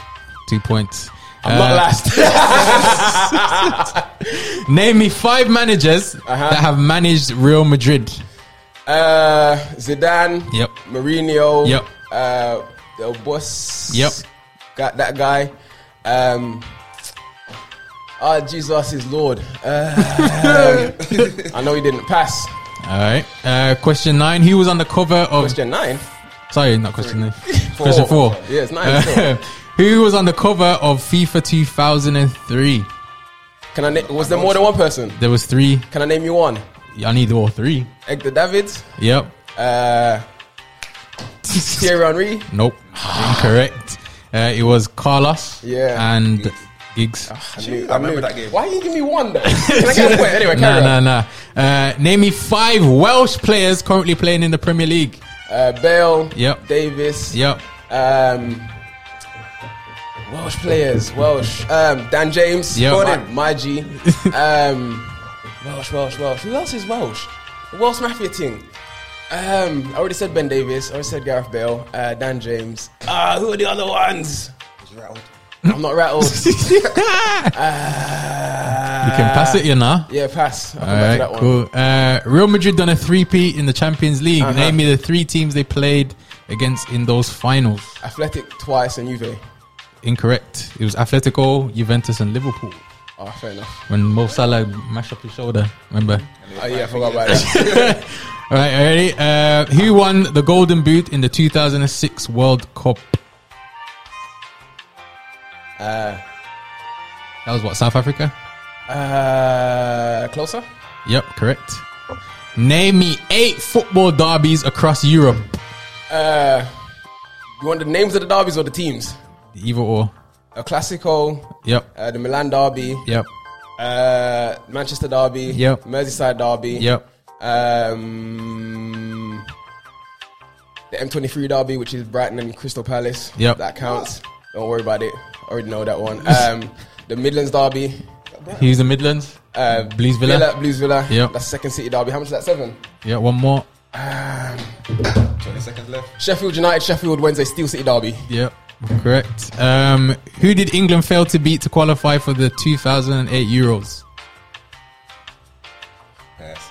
C: two points.
A: I'm not
C: Uh, [laughs]
A: last.
C: Name me five managers
A: Uh-huh.
C: that have managed Real Madrid.
A: uh, Zidane.
C: Yep.
A: Mourinho.
C: Yep.
A: Uh, the boss.
C: Yep.
A: Got that guy. Um. Ah, Jesus is Lord. Uh, [laughs] I know he didn't pass.
C: All right. Uh, question nine: Who was on the cover of
A: Question nine. [laughs]
C: Sorry, not question nine. Question four.
A: Yeah, it's nine,
C: Uh, [laughs] Who was on the cover of FIFA 2003?
A: Can I? Na- was there more than one person?
C: There was three.
A: Can I name you one?
C: I need all three.
A: Edgar Davids,
C: Yep.
A: uh, Thierry Henry.
C: [laughs] Nope. Incorrect. Uh, it was Carlos.
A: Yeah. Ah.
C: and Giggs.
A: I, knew-
B: I remember that game.
A: Why you give me one
C: [laughs]
A: though? Can I get a point? Anyway,
C: Nah,
A: carry
C: nah, nah.
A: on.
C: Uh, name me five Welsh players currently playing in the Premier League.
A: Uh, Bale,
C: Yep.
A: Davis,
C: Yep.
A: um, Welsh players, Welsh, um, Dan James,
C: Yep.
A: my,
C: [laughs]
A: my G, um, Welsh, Welsh, Welsh. Who else is Welsh? The Welsh Mafia team. Um, I already said Ben Davis. I already said Gareth Bale, uh, Dan James. Ah, who are the other ones? I'm not rattled.
C: [laughs] [laughs]
A: Uh,
C: you can pass it, you know.
A: yeah, pass. I'll come
C: All
A: back to
C: right,
A: that one.
C: cool. Uh, Real Madrid done a three-peat in the Champions League.
A: Uh-huh.
C: Name me the three teams they played against in those finals.
A: Athletic twice and Juve.
C: Incorrect. It was Atletico, Juventus, and Liverpool.
A: Oh, fair enough.
C: When Mo Salah mashed up his shoulder, remember?
A: Oh, yeah, I forgot about that.
C: [laughs] All right, already. Uh, who won the Golden Boot in the 2006 World Cup?
A: Uh,
C: That was what South Africa.
A: uh, closer?
C: Yep, correct. Name me eight football derbies across Europe.
A: Uh, you want the names of the derbies or the teams?
C: Either or.
A: A Classico,
C: Yep.
A: uh, the Milan derby,
C: Yep.
A: uh, Manchester derby,
C: Yep.
A: Merseyside derby,
C: Yep.
A: um, the M23 derby, which is Brighton and Crystal Palace.
C: Yep.
A: That counts. Don't worry about it. I already know that one. Um, the Midlands derby,
C: Who's the Midlands?
A: uh,
C: Blues Villa.
A: Blues Villa.
C: Yep.
A: That's second city derby. How much is that? Seven?
C: Yeah, one more.
B: 20 seconds left.
A: Sheffield United, Sheffield Wednesday, Steel City
B: [laughs]
A: derby.
C: Yep. Correct. Um, who did England fail to beat to qualify for the 2008 Euros?
B: Yes.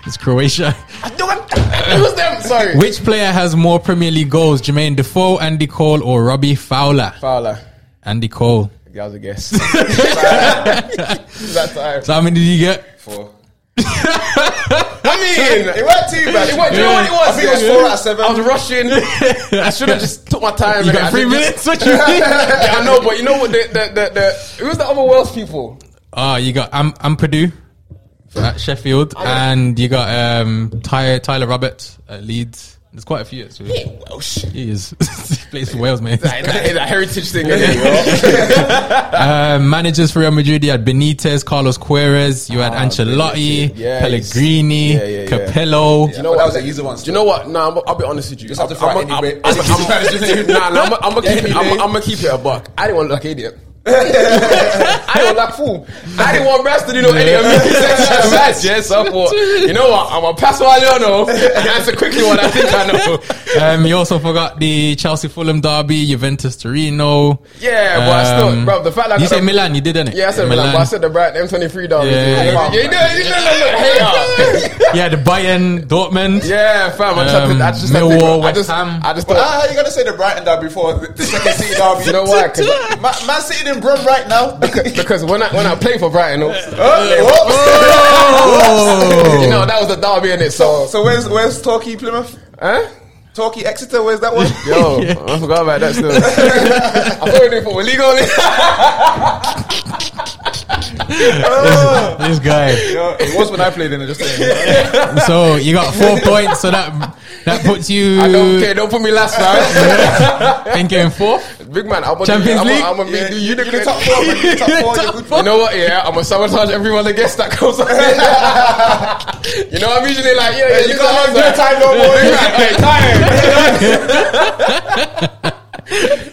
C: [laughs] It's Croatia.
A: it was them. Sorry.
C: Which player has more Premier League goals, Jermaine Defoe, Andy Cole, or Robbie Fowler?
A: Fowler.
C: Andy Cole.
A: That was a
B: [laughs]
A: guess. [laughs] that time.
C: So how many did you get?
B: Four.
A: I mean,
B: It weren't too bad.
A: It went, you know what it was?
B: I think it was four out of seven.
A: I was rushing.
B: [laughs]
A: I should have just took my time.
C: [laughs] You
A: innit? [laughs] I
C: got three
A: didn't just-
C: minutes? What you mean?
A: yeah, I know, but you know what? The, the, the, the, who's the other Welsh people?
C: Oh, you got Am Am Purdue at Sheffield, and you got um, Ty- Tyler Roberts at Leeds. There's quite a few actually.
A: Welsh.
C: He is [laughs] he plays for Wales, mate.
A: That, that, [laughs] that heritage thing. innit?
C: Uh, managers for Real Madrid, you had Benitez, Carlos Queres, you had Ancelotti,
A: Ah, Benitez, yeah,
C: Pellegrini,
A: Yeah, yeah, yeah.
C: Capello.
B: You know what? That was a user one.
A: Do you know what? Nah, I'm, I'll be honest with you.
B: Just have to
A: I'm-
B: fight
A: I'm-
B: anyway.
A: I'm- I'm- Nah, nah, I'm- I'm gonna keep it. I'm I'm gonna keep it a buck. I didn't want to look
B: [laughs]
A: idiot. I don't like fool. I didn't want Brass to do no idiot
B: [laughs]
A: music section match. Yes, I thought. You know what? I'm gonna pass what I know and answer quickly what I think I know.
C: Um, you also forgot the Chelsea Fulham derby, Juventus Torino.
A: Yeah, but I still,
C: Um,
A: bro. The fact that I
C: you
A: got
C: said
A: the-
C: Milan, you did, didn't it?
A: Yeah, I said Milan. But I said the Bright M23 dollars.
C: Yeah, yeah,
A: Yeah,
C: yeah.
A: you did- you did- look, look, hey, uh,
C: yeah, the Bayern, Dortmand.
A: Yeah, fam. I just, had
C: Um,
A: to, I just, had to,
C: Millwall,
A: I
C: West
A: just,
C: Ham.
A: I just [laughs]
B: But
A: thought.
B: ah, you're gonna say the Brighton derby before the, the
A: [laughs]
B: second city derby.
A: You know why? 'Cause-
B: Man, man sitting in Brum right now. [laughs]
A: [laughs] Because when I when I play for Brighton, oh,
B: oh,
A: you know that was the derby in it. So,
B: so where's where's Torquay Plymouth?
A: huh?
B: Torquay Exeter? Where's that
A: [laughs]
B: one? [laughs]
A: Yo, I forgot about that still. [laughs] I thought we were doing for legal.
C: This guy.
B: Yo, [laughs] it was when I played in it. Just saying.
C: So you got four points. So that that puts you
A: I don't care. Don't put me last,
B: [laughs]
A: man.
C: thinking in fourth.
A: Big man, I'm gonna
C: Champions
A: I'm
C: League?
A: Gonna, I'm gonna
B: Yeah,
A: make you,
B: you
A: the
B: the
A: good.
B: top four. man.
A: [laughs]
B: You top four. You're good.
A: You know what? Yeah, I'm gonna sabotage everyone that gets that [laughs] comes up. you know, I'm usually like, yeah, yeah,
B: You can't have your
A: time.
B: time
A: [laughs]
B: no more.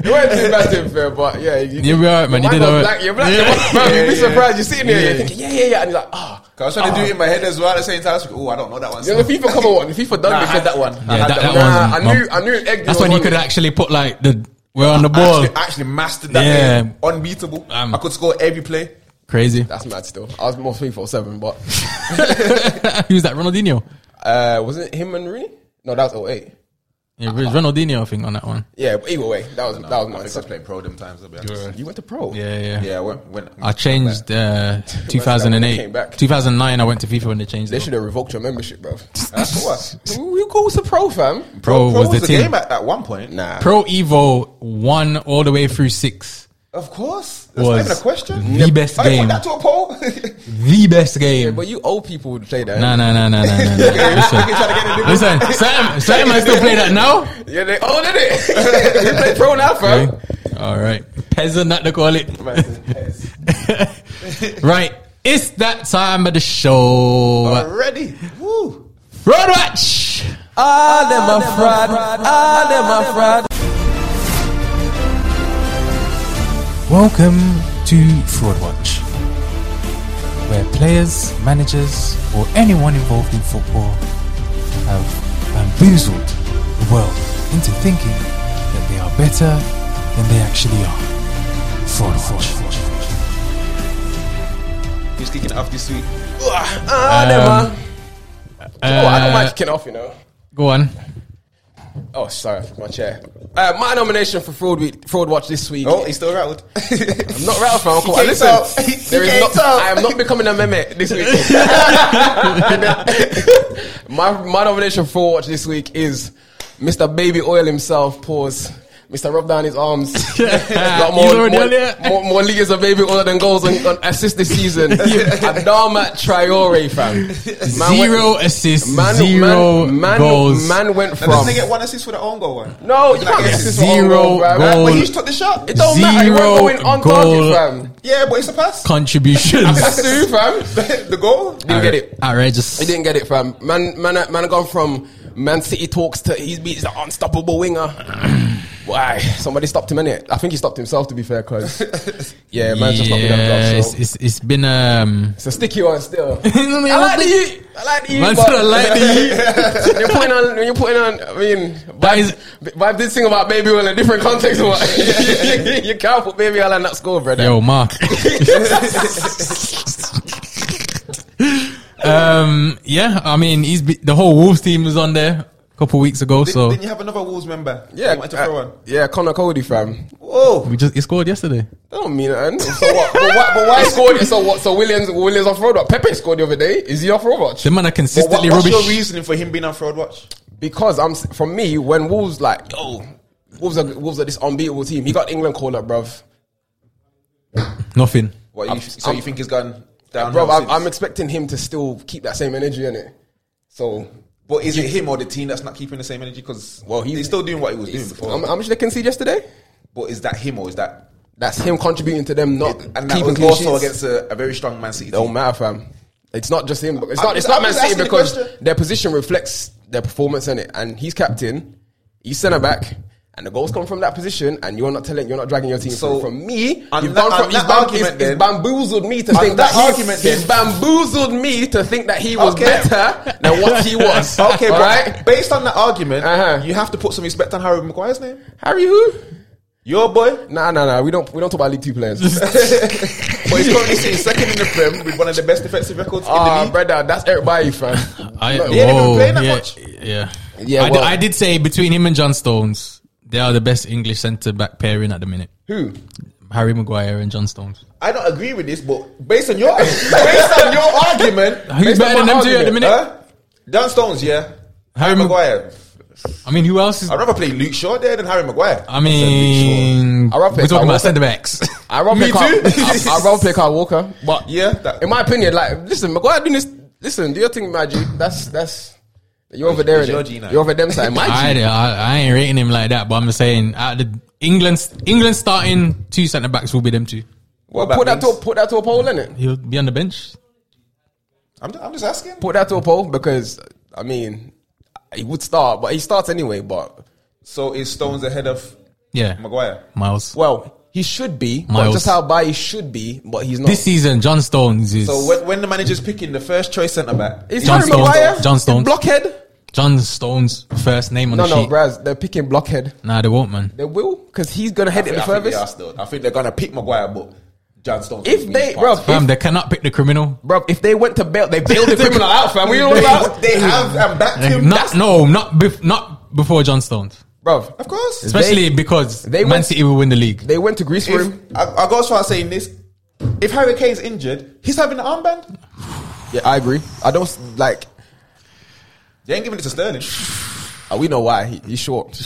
A: You weren't too bad to be fair, but yeah, you,
C: You were alright, man. You
A: Your
C: did
A: was
C: alright.
A: black. You're black.
C: Yeah.
A: You're black. You'd be
B: Yeah, yeah.
A: surprised. You're sitting there.
C: Yeah.
A: You're thinking, yeah, yeah, yeah, and you're like, ah.
B: I was trying to do it in my head as well at the same time. I was like, oh, I don't know that one.
A: You know, the FIFA cover one. The FIFA
B: Nah, I
A: done. they
B: had
A: said
B: that one. I
C: Yeah,
B: had
C: that-
B: that,
C: that
B: one.
C: one.
A: Nah, I
C: Mum.
A: knew, I knew. Egg
C: That's
A: was
C: when you
A: on
C: could
A: it.
C: actually put like the we're on the ball.
B: Actually, actually mastered that
C: Yeah.
B: game. Unbeatable.
C: Um,
B: I could score every play.
C: Crazy. [laughs]
A: That's mad still. I was more three four seven, but
C: Who's that? Ronaldinho.
A: uh, wasn't it him and Rooney? No, that was 08.
C: Yeah, it was Ronaldinho, I think, on that one.
A: Yeah, but either way, that was that was
B: I think
A: my
B: I was
A: exception.
B: playing pro them times. I'll be honest.
A: You went to pro.
C: Yeah, yeah.
B: Yeah, when, when
C: I changed uh,
A: Came
C: 2008,
A: back.
C: 2009. I went to FIFA when they changed
A: They
C: it.
A: should have revoked your membership, [laughs] bro.
B: That's what.
A: Who who goes to pro, fam?
C: Pro, was the, team.
B: game at, at one point.
A: Nah.
C: Pro Evo one all the way through six.
B: Of course. That's
C: Was
B: not even a question.
C: the best
B: I didn't
C: game.
B: Put that to a poll. [laughs]
C: The best game.
A: But you old people would say that.
C: No, no, no, no, no,
A: [laughs]
C: no. no. Listen, listen, Sam, Sam, I still play that now.
A: Yeah, they [laughs] owned it. you play pro now, fam.
C: Okay. All right, peasant, not to call it. [laughs] right, it's that time of the show.
B: Already. Woo.
C: Road watch.
A: Ah, them a fraud. Ah, them a fraud.
C: Welcome to Fraud Watch, where players, managers, or anyone involved in football have bamboozled the world into thinking that they are better than they actually are. Fraud Watch.
B: Who's kicking it off this week?
A: [laughs] Ah, them
C: Um,
A: a. Oh, I
C: uh,
A: don't mind kicking off, you know.
C: Go on.
A: Oh, sorry, my chair. Uh, my nomination for fraud week, fraud watch this week.
B: Oh, he's still rattled. [laughs]
A: I'm not rattled, fam. I'm cool.
B: can't
A: Listen,
B: tell. He
A: there is
B: can't
A: not,
B: tell.
A: I am not becoming a meme
C: [laughs]
A: this week. my my nomination for fraud watch this week is Mr. Baby Oil himself. Pause. Mr. Rub down
C: [laughs]
A: his arms. Got
C: He's
A: more,
C: already
A: more,
C: on there.
A: more, more leagues of baby oil than goals and, and assists this
C: [laughs]
A: season. Adama Traore, fam. Man went-
C: Zero assists,
A: Man,
C: zero
A: man, man,
C: goals.
A: Man went
B: And doesn't
A: from
B: he get one assist for the own goal one?
A: no, you can't get
B: Yes.
A: assist for own
C: Zero
A: goal, fam.
C: goal.
B: But he just took the shot.
A: It don't matter. You
C: Zero
A: weren't going on
C: goal.
A: target, fam.
B: Yeah, but it's a pass.
A: [laughs] That's
C: contributions.
A: true, fam.
B: [laughs] the goal.
A: Didn't get it.
C: Outrageous.
A: He didn't get it, fam. Man, man, man, gone from Man City talks to he's beat he's an
C: [clears throat]
A: unstoppable winger. Why? Somebody stopped him, innit? I think he stopped himself, to be
C: [laughs]
A: fair, because yeah, man's just not been that
C: Yeah,
A: job.
C: it's,
A: So.
C: it's, it's been um.
A: It's a sticky one still.
C: I mean,
A: [laughs] I like
C: what
A: the
C: the-
A: heat. I like the heat.
C: [laughs] Man
A: but-
C: said I like
A: [laughs]
C: the [laughs]
A: when you're putting on, when you're putting on, I mean,
C: That is-
A: Vibe did sing about Baby Oil in a different context. Of what? [laughs] you can't put Baby Oil and not score, brother.
C: Yo,
A: [laughs]
C: Mark. um, yeah, I mean, he's be- the whole Wolves team was on there a couple weeks ago,
B: Did,
C: so
B: Didn't you have another Wolves member?
A: Yeah,
B: You wanted to throw
A: uh,
B: one.
A: yeah, Connor Cody, fam.
B: Whoa.
C: we just he scored yesterday.
A: I don't mean it. man. So what? But why? But why scored? So what? So Williams, Williams off road. Pepe scored the other day. Is he off road?
C: The man
B: But
C: are
B: what,
C: consistently
B: what's your
C: rubbish.
B: reasoning for him being on fraud watch?
A: Because I'm s- for me when Wolves like oh Wolves are Wolves are this unbeatable team. He got England called up, bruv.
C: Nothing.
B: What you, so you think he's gone down?
A: Bruv, I'm, I'm expecting him to still keep that same energy in it. So
B: But is it him or the team that's not keeping the same energy? Because well, he's, still doing what he was doing before.
A: how mu- how much did they concede yesterday?
B: but is that him or is that
A: That's him contributing to them not
B: and that
A: keeping
B: was
A: clean
B: also
A: sheets.
B: against a, a very strong Man City team?
A: Don't matter, fam. It's not just him. It's
B: I'm
A: not. It's
B: just-
A: not
B: I'm
A: Man
B: just
A: City
B: asking the
A: because
B: question.
A: their position reflects their performance in it. And he's captain. He's centre back. And the goals come from that position, and you're not telling, you're not dragging your team.
B: So,
A: So from me,
B: on
A: you've
B: that-
A: gone
B: on
A: from he's,
B: that
A: bam-
B: argument
A: he's- he's
B: then-
A: bamboozled me to
B: On
A: think that,
B: that
A: he-
B: argument
A: he's
B: then-
A: bamboozled me to think that he was
B: Okay.
A: better than
B: [laughs]
A: what he was.
B: Okay,
A: all
B: but
A: right.
B: based on that argument,
A: Uh-huh.
B: you have to put some respect on Harry Maguire's name.
A: Harry, who?
B: Your boy, [laughs]
A: Nah, nah, nah. We don't, we don't talk about League Two players. [laughs]
B: but he's currently sitting second in the Prem with one of the best defensive records in the
A: Ah,
B: league.
A: brother, that's Eric Bailly, fam.
C: I,
B: he ain't even
C: whoa,
B: playing that
C: yeah,
B: much.
C: Yeah,
A: Yeah,
C: I, d-
A: well-
C: I did say between him and John Stones, they are the best English centre back pairing at the minute.
A: Who?
C: Harry Maguire and John Stones.
B: I don't agree with this, but based on your [laughs] [laughs] based on your argument,
C: Who's
A: Based
C: better
A: on
C: than them
A: my
C: two at the
A: argument,
C: minute?
B: huh? Dan Stones, yeah, Harry
C: Harry Mag-
B: Maguire.
C: I mean, who else is?
B: I'd rather play Luke Shaw there than Harry Maguire.
C: I mean,
A: I reckon-
C: we're talking
A: I
C: about centre backs.
A: I
C: [laughs]
A: rather
C: Me
A: play Kyle,
C: too.
A: I, I rather play Kyle Walker, but
B: yeah, that,
A: in my opinion, like, listen, Maguire doing this. Listen, do your thing, Magic. That's that's you're over there.
B: it's your G
A: innit?
B: now.
A: You're over
B: [laughs]
A: them side, Magic.
C: I, I, I ain't rating him like that, but I'm saying out of the England England starting two centre backs will be them two.
A: Well,
B: What
A: put that
B: about
A: to a, put that to a poll, innit?
C: He'll be on the bench.
B: I'm, I'm just asking.
A: Put that to a poll because I mean, he would start, but he starts anyway. But
B: So is Stones ahead of
C: Yeah,
B: Maguire?
C: Miles.
A: well, he should be. But
C: Miles.
A: just how by he should be, but he's not.
C: This season, John Stones is
B: So when, when the manager's picking the first choice centre back,
A: is
C: John
A: Harry
C: Stones.
A: Maguire
C: John Stones.
A: blockhead?
C: John Stones' first name on
A: No,
C: the
A: no,
C: sheet.
A: Braz, they're picking blockhead.
C: Nah, they won't, man.
A: They will because he's gonna head it the
B: I think, they are
A: furthest.
B: still, I think they're gonna pick Maguire, but John Stones.
A: If
B: will be
A: they,
B: part
A: bro,
B: of it.
C: Fam,
A: if,
C: they cannot pick the criminal.
A: bro, if they
B: [laughs]
A: went to bail, they bailed the criminal out, fam. We all
B: they,
A: about
B: they have and backed him.
C: Not, no, not bef- not before John Stones,
A: bro.
B: Of course.
C: especially because
A: they
C: Man
A: went-
C: City will win the league.
A: They went to Greece for
B: If,
A: him.
B: I, I go as far as saying this. If Harry Kane's injured, he's having an armband.
A: Yeah, I agree. I don't s- like.
B: They ain't giving it to Sterling.
A: uh, We know why he, he's short. [laughs]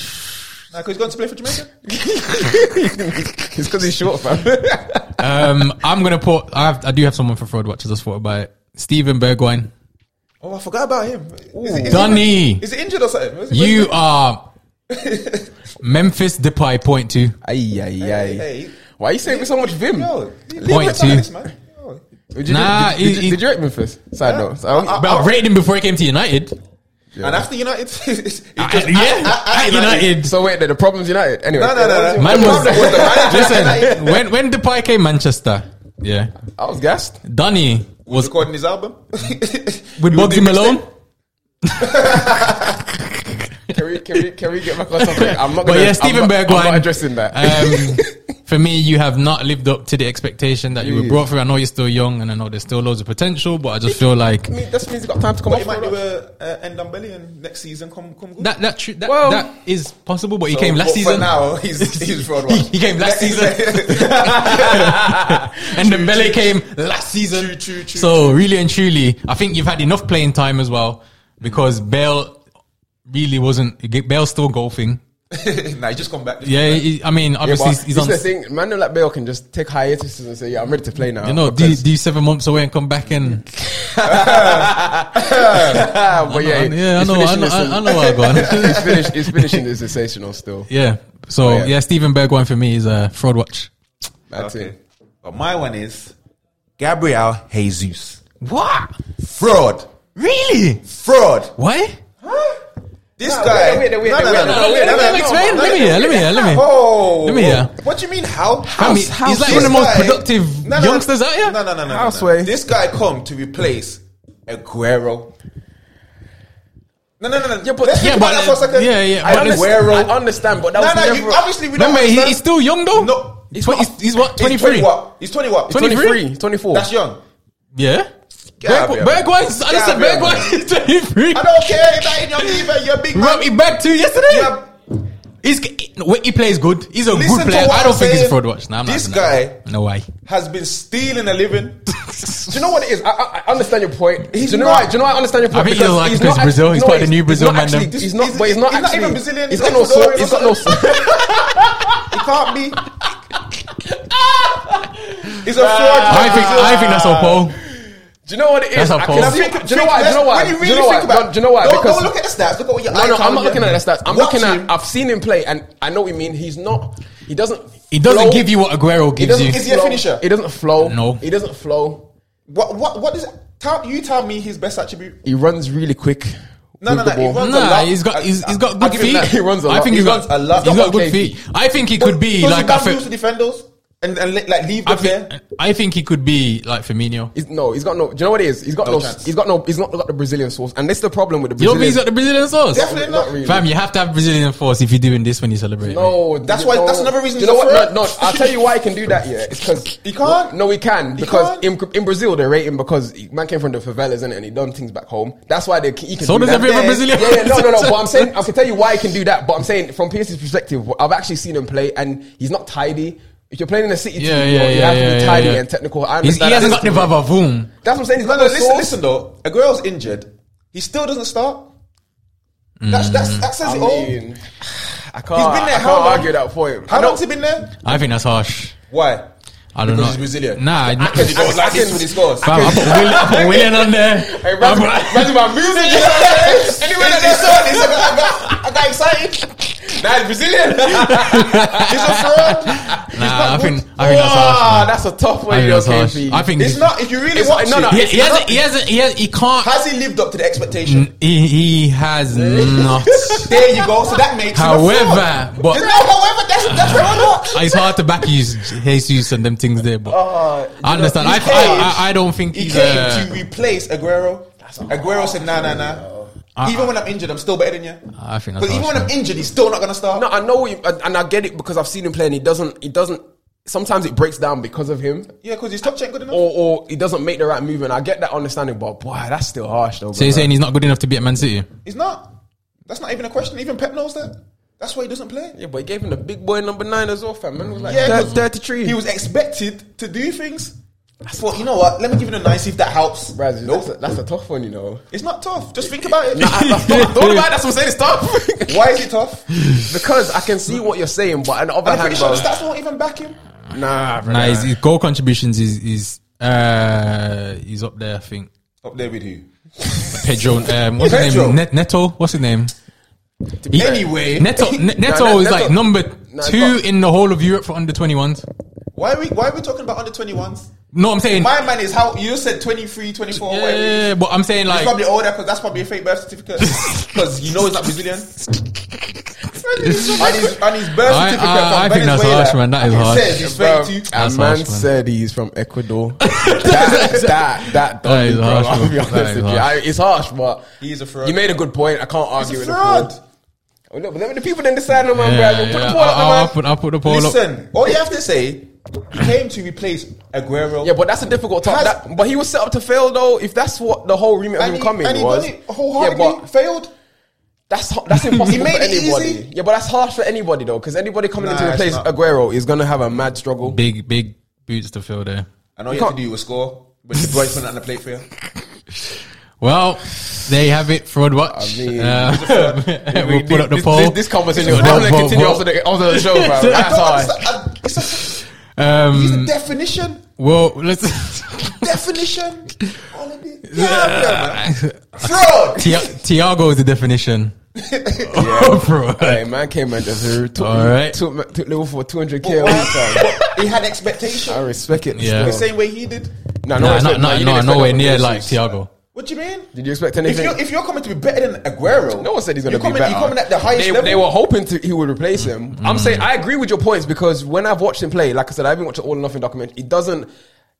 B: Nah, 'cause he's going to play for Jamaica.
A: it's because he's short, fam. [laughs]
C: um, I'm gonna put. I, have, I do have someone for fraud watchers. I thought about it. Steven Bergwijn.
B: Oh, I forgot about him. Is, is,
C: Donny.
B: He, is he injured or something? Is he-
A: [laughs]
C: You are Memphis Depay point two.
A: Ay, ay, ay.
B: hey.
A: Why are you saying with so much vim?
B: Yo, leave
C: Point
B: him alone,
C: two.
B: this man. Yo.
A: Did you,
C: Nah,
A: did, did,
C: he-
A: did,
C: he-
A: did you rate Memphis? Side note. So,
B: I-
C: But I rated him before he came to United.
B: And after United, [laughs] it's-
C: Uh,
B: because
C: yeah,
B: at- at- at
C: at United.
A: [laughs] so wait, the, the problem's United. Anyway,
B: No, no, no, no.
C: Man
B: The
C: was,
B: problem was
C: [laughs]
B: the manager.
C: listen when when Depay came Manchester, yeah,
A: I was gassed.
C: Donny was
B: recording his album [laughs]
C: with
B: He was
C: Bugsy
B: doing
C: Malone.
B: mistake.
A: Can we, can we, can we get back
B: [laughs]
A: on topic? I'm not
C: But
A: gonna,
C: yeah, Stephen
A: I'm not, I'm
C: Bergwijn.
A: not addressing [laughs] that.
C: Um, for me, you have not lived up to the expectation that you were
A: Jeez.
C: brought through. I know you're still young, and I know there's still loads of potential, but I just feel like
A: I mean, that means he's got time to come
B: But
A: off.
B: he might
A: for
B: do
A: us.
B: a uh, end on belly and next season come come good.
C: that that tru- that,
A: Well-
C: that is possible. But he
B: So,
C: came
B: but
C: last
B: for
C: season.
B: now
C: [laughs]
B: he's he's fraud
C: he, he came last season, [laughs] and the Dembele came last season.
B: True, true, true.
C: so really and truly, I think you've had enough playing time as well because Bale really wasn't. Bale's still golfing.
B: [laughs] nah, he just come back.
C: Yeah, he- I mean,
A: Yeah,
C: obviously
A: but
C: he's
A: this
C: on.
A: is the thing. Man like Bale can just take hiatuses and say, "Yeah, I'm ready to play now."
C: You know, do,
A: Because-
C: do you seven months away and come back and
A: Ah, but yeah,
C: I, yeah, I
A: he's
C: know, I
A: finishing
C: know,
A: this
C: I, I know where I'm going.
A: [laughs] He's, finish, he's finishing is sensational still.
C: [laughs] yeah, so
A: Oh, yeah.
C: yeah. Stephen Bergwijn for me is a fraud watch.
A: That's
B: Okay.
A: it.
B: But my one is Gabriel Jesus.
C: What?
B: Fraud.
C: Really?
B: Fraud.
C: Why?
B: This
A: No,
B: guy.
A: wait, wait, wait,
B: No,
A: wait,
B: no,
A: wait,
B: no,
A: no,
B: no,
A: no,
B: Oh, wait,
A: let
B: no,
A: him
B: no,
C: explain.
B: no,
C: Let
B: no,
C: me
B: no,
C: hear, let me hear, let me hear.
B: Oh,
C: Let me hear.
B: What do you mean? How?
C: I mean, he's like one of the most productive
B: No, no, no.
C: youngsters out here.
B: No, no, no, no, no.
A: House
B: no.
A: way.
B: This guy come to replace Aguero. No, no, no, no.
A: Yeah, but-
B: Let's
A: yeah,
B: think about
C: but,
B: that for a second.
C: yeah, yeah,
A: I
C: but it's-
A: understand,
B: Aguero.
A: I understand, but that
B: No,
A: was
B: no.
A: never.
B: You, obviously, we don't
C: Remember, he,
B: understand.
C: he's still young though.
B: No, he's
C: he's, twen-
B: not.
C: he's, he's what?
B: He's
C: 23?
B: 21. He's 21.
A: 23, 24.
B: That's young.
C: Yeah.
B: Yeah,
C: Berg-
B: yeah.
C: Bergwijn's, I just said
B: Yeah, yeah.
C: Bergwijn is 23.
B: I don't care if that ain't your fever, your big
C: Brought
B: man.
C: me back to yesterday.
B: Yeah.
C: He's, he, he plays good. He's a
B: Listen
C: good
B: to
C: player.
B: what
C: I don't
B: I'm
C: think he's
B: saying.
C: fraud watch. Nah, I'm not
B: This
C: doing that. No way.
B: Has been stealing a
C: [laughs]
B: living.
A: Do you know what it is? I, I, I understand your point.
B: He's
A: do you know
B: not.
A: why? Do you know why I understand your
C: I
A: point?
C: think he's like Chris
A: not
C: Brazil.
A: act-
C: He's
A: no,
C: part of the new Brazil
A: not
C: man,
A: actually-
C: though.
A: He's not,
B: He's-
A: but he's not
B: he's not
A: actually.
B: even Brazilian,
A: He's
B: he's
A: got no soul.
B: Ecuadorian
A: He's got no soul.
B: He can't
C: [laughs]
B: be. He's a fraud.
C: I think I think that's all, Paul.
A: [laughs] Do you know what it
C: That's
A: is?
C: a
A: I
C: pause.
A: can see. Do you know why? Do you know why?
B: When you
A: Do
B: really
A: you know why?
B: think about
A: No, Do you know why?
B: Don't,
A: Because
B: don't look at the stats. Look at what your
A: No, no, I'm not looking at the
B: the
A: stats. I'm
B: Watch
A: looking at.
B: him.
A: I've seen him play, and I know what you mean. He's not. He doesn't.
C: He doesn't
A: flow.
C: give you what Aguero
A: He
C: gives
A: doesn't.
C: you.
B: Is he a
A: flow.
B: finisher?
A: He doesn't flow.
C: No.
A: He doesn't flow.
B: What? What? What is? Tell you tell me his best attribute.
A: He runs really quick.
B: No,
A: with
B: no,
A: the
B: no, he
A: ball.
B: runs a
C: Nah,
B: lot.
C: he's got he's, he's got
A: I'll
C: good
A: give him
C: feet.
A: that. He runs a
C: I
A: lot.
C: think
A: He
C: he's got
B: runs a lot.
C: he's
B: He's
C: got
B: got
C: good
A: okay
C: feet.
A: feet.
C: I think he could be
B: Does
C: like
B: he
C: a
B: bamboozle
C: Fe-
B: defenders and and let- like leave
C: I
B: them there.
C: think, I think he could be like Firmino.
A: He's, no, he's got no. Do you know what it is? He's got
B: No
A: no.
B: chance.
A: he's got no. He's not got the Brazilian source, and this is the problem with the
C: You don't think
A: Brazilian.
C: he's got the Brazilian sauce?
B: Definitely not.
A: really.
C: Fam, you have to have Brazilian force if you're doing this when you celebrate. mate.
A: No,
B: Oh, That's
A: you
B: why-
A: know-
B: that's another reason
A: Do you
B: he's
A: know
B: a
A: what?
B: fraud.
A: No, no, I'll tell you why he can do that. Yeah, it's because
B: [laughs] He can't?
A: No, he can because
B: can't?
A: in, in Brazil they rate him because he, man came from the favelas innit, and he done things back home. That's why they he can.
C: So
A: do
C: does
A: that
C: every other
A: there.
C: Brazilian.
A: Yeah, yeah, no, no, no. But
C: [laughs]
A: I'm saying I can tell you why he can do that. But I'm saying from PS's perspective, I've actually seen him play, and he's not tidy. If you're playing in a city
C: Yeah, yeah,
A: team, you
C: yeah,
A: have to
C: yeah,
A: be
C: yeah,
A: tidy
C: yeah.
A: and technical. I
C: He's, he
A: understand
C: hasn't
A: that.
C: got the vavavoom.
A: That's what I'm saying. He's
B: No,
A: got
B: no,
A: no
B: listen,
A: source.
B: listen though. Aguero's injured. He still doesn't start. That's, that's, that says
A: Mm. I
B: it all.
A: mean, I can't.
B: He's been there how
A: Oh. I can't
B: long?
A: argue that for him. I
B: How
A: don't-
B: long's he been there?
C: I think that's harsh.
B: Why?
C: I don't
B: Because
C: know.
B: he's Brazilian.
C: Nah, I,
B: Because he
C: fam,
B: goes like this with his scores.
C: I put Will- I put Willian on there.
A: Hey,
C: I'm-
A: imagine, imagine my music. [laughs]
B: Anyway, that they saw this, I got, I got, I got excited. Now he's Brazilian. he's a fraud. [laughs]
C: Nah, I
B: good.
C: think I think that's harsh.
A: Ah,
C: man.
A: that's a tough
C: I
A: one.
C: think
A: you know,
C: that's harsh.
A: KP.
C: I think
B: It's
C: he-
B: not. If you really
A: It's-
B: watch
A: no, no,
B: it,
C: He,
A: it's
C: he hasn't.
A: not-
C: He hasn't. He, has, he can't.
B: has he lived up to the expectation?
C: He, he has
B: [laughs]
C: not.
B: There you go. So that makes him a
C: Mm. [laughs] However,
B: fraud.
C: but-
B: no, however, that's that's fraud watch.
C: [laughs] it's hard to back you, Jesus and them things there, but I understand. I,
B: Ah, he
C: I, I, I don't think
B: He
C: he's.
B: came
C: uh,
B: to replace Aguero. Aguero said, "Nah, nah, nah." even when I'm injured, I'm still better than you.
C: I think Uh,
B: Because
C: that's
B: even
C: harsh,
B: when I'm
C: man.
B: injured, he's still not gonna start.
A: No, I know, what you, and and I get it because I've seen him play, and he doesn't. He doesn't. Sometimes it breaks down because of him,
B: Yeah, because his top check good enough.
A: or or he doesn't make the right move, and I get that understanding. But boy, that's still harsh, though.
C: So you're saying he's not good enough to be at Man City?
B: He's not. That's not even a question. Even Pep knows that. That's why he doesn't play.
A: Yeah, but he gave him the big boy number nine as well, fam. Man was like,
B: Yeah,
A: yeah,
B: 'cause
A: dirty tree.
B: He was expected to do things. I thought, you know what? Let me give it a nine, see if that helps.
A: Braz,
B: Nope.
A: that's, a, that's a tough one, you know. [laughs]
B: It's not tough. Just think about it.
A: Don't don't worry about it, that's what I'm saying. It's tough [laughs]
B: Why is it tough?
A: because I can see what you're saying, but on the other
B: I'm pretty sure
A: hand, bro,
B: the stats won't even back him.
A: nah, bro.
C: Nah, his, his goal contributions is is uh he's up there. I think
B: Up there with who?
C: Pedro. Um, what's his
B: Pedro.
C: name? Net, Neto. What's his name? He-
B: Anyway.
C: Neto Ne- Neto
A: [laughs] Nah, Ne-
C: is like
A: Neto-
C: number
A: Nah,
C: two
A: it's not-
C: in the whole of Europe for under twenty ones.
B: Why are we why are we talking about under 21s?
C: No, I'm saying
B: My man is how you said 23, 24,
C: yeah,
B: whatever. He's
C: but I'm saying like
B: probably older because that's probably a fake birth
C: [laughs]
B: certificate. Because you know he's not Brazilian. and, his, and his birth
C: I-
B: certificate
C: I-
B: from
C: I think that's
B: Venezuela,
C: harsh, man. That is
B: it
C: harsh.
B: says he's
A: Bro,
B: 32.
A: a
C: That's
A: man
C: harsh, man.
A: said he's from
C: [laughs]
A: Ecuador. that, that, that, don't
C: That is
A: be, bro.
C: harsh,
A: I'll
C: man.
A: be honest
C: That is
A: with you.
C: harsh.
A: I, it's harsh, but
B: He's a fraud.
A: You made a good point. I can't argue
B: He's a
A: with
B: fraud.
A: the point. Well, look, let me- the people then decide on my
C: yeah,
A: yeah, Put
C: yeah.
A: the poll up,
C: I'll, I'll
A: man.
C: put, I'll put the poll up.
B: Listen, all you have to say, he came to replace Aguero.
A: Yeah, but that's a difficult
B: Has-
A: task. That, but he was set up to fail, though. If that's what the whole remit of
B: and
A: him
B: he,
A: coming
B: and he
A: was,
B: done it wholeheartedly,
A: yeah, but
B: failed.
A: that's ho-
B: [laughs]
A: that's impossible
B: He made
A: for
B: it
A: anybody.
B: easy.
A: Yeah, but that's harsh for anybody though, because anybody coming in
B: Nah,
A: to
B: it's
A: replace
B: not.
A: Aguero is gonna have a mad struggle.
C: Big big boots to fill there.
B: And all
A: You
B: you have
A: can't-
B: to do was score. But the boys put it on the plate
C: [laughs]
B: for you.
C: Well, there you have it, Fraud Watch.
A: I mean,
C: Uh, [laughs] we'll
A: [laughs]
C: put up the
A: this,
C: poll.
A: This, this conversation is
C: Vote,
A: probably
C: vote,
A: continue
C: vote.
A: after the, after the show, bro.
C: [laughs]
B: I
A: That's
B: don't
A: harsh.
B: understand. I- It's a, he's
C: Um,
B: a definition.
C: well, let's. [laughs]
B: Definition. All of
A: [laughs]
B: it. Yeah, yeah, man. Fraud.
C: Ti- Tiago is the
A: [laughs]
C: definition. [laughs] of fraud.
A: Hey, man came and just here, took,
C: All right.
A: took, took Liverpool for 200k.
B: Oh.
A: all the time.
B: But he had expectations.
A: I respect it.
C: Yeah.
A: still.
B: The same way he did.
A: No, no,
C: No, no,
A: respect-
C: no,
A: you didn't
C: no,
A: expect
C: nowhere
A: nothing
C: near
A: from
C: like
A: Jesus.
C: Tiago.
B: What do you mean?
A: Did you expect
B: If
A: anything?
B: you're, if you're coming to be better than Aguero,
A: No one said he's going
B: you're
A: to be
B: coming,
A: better.
B: You're coming at the highest
A: they,
B: level. Mm.
A: they were hoping to, he would replace him. I'm saying I agree with your points because when I've watched him play, like I said, I haven't watched an all or nothing documentary. It doesn't,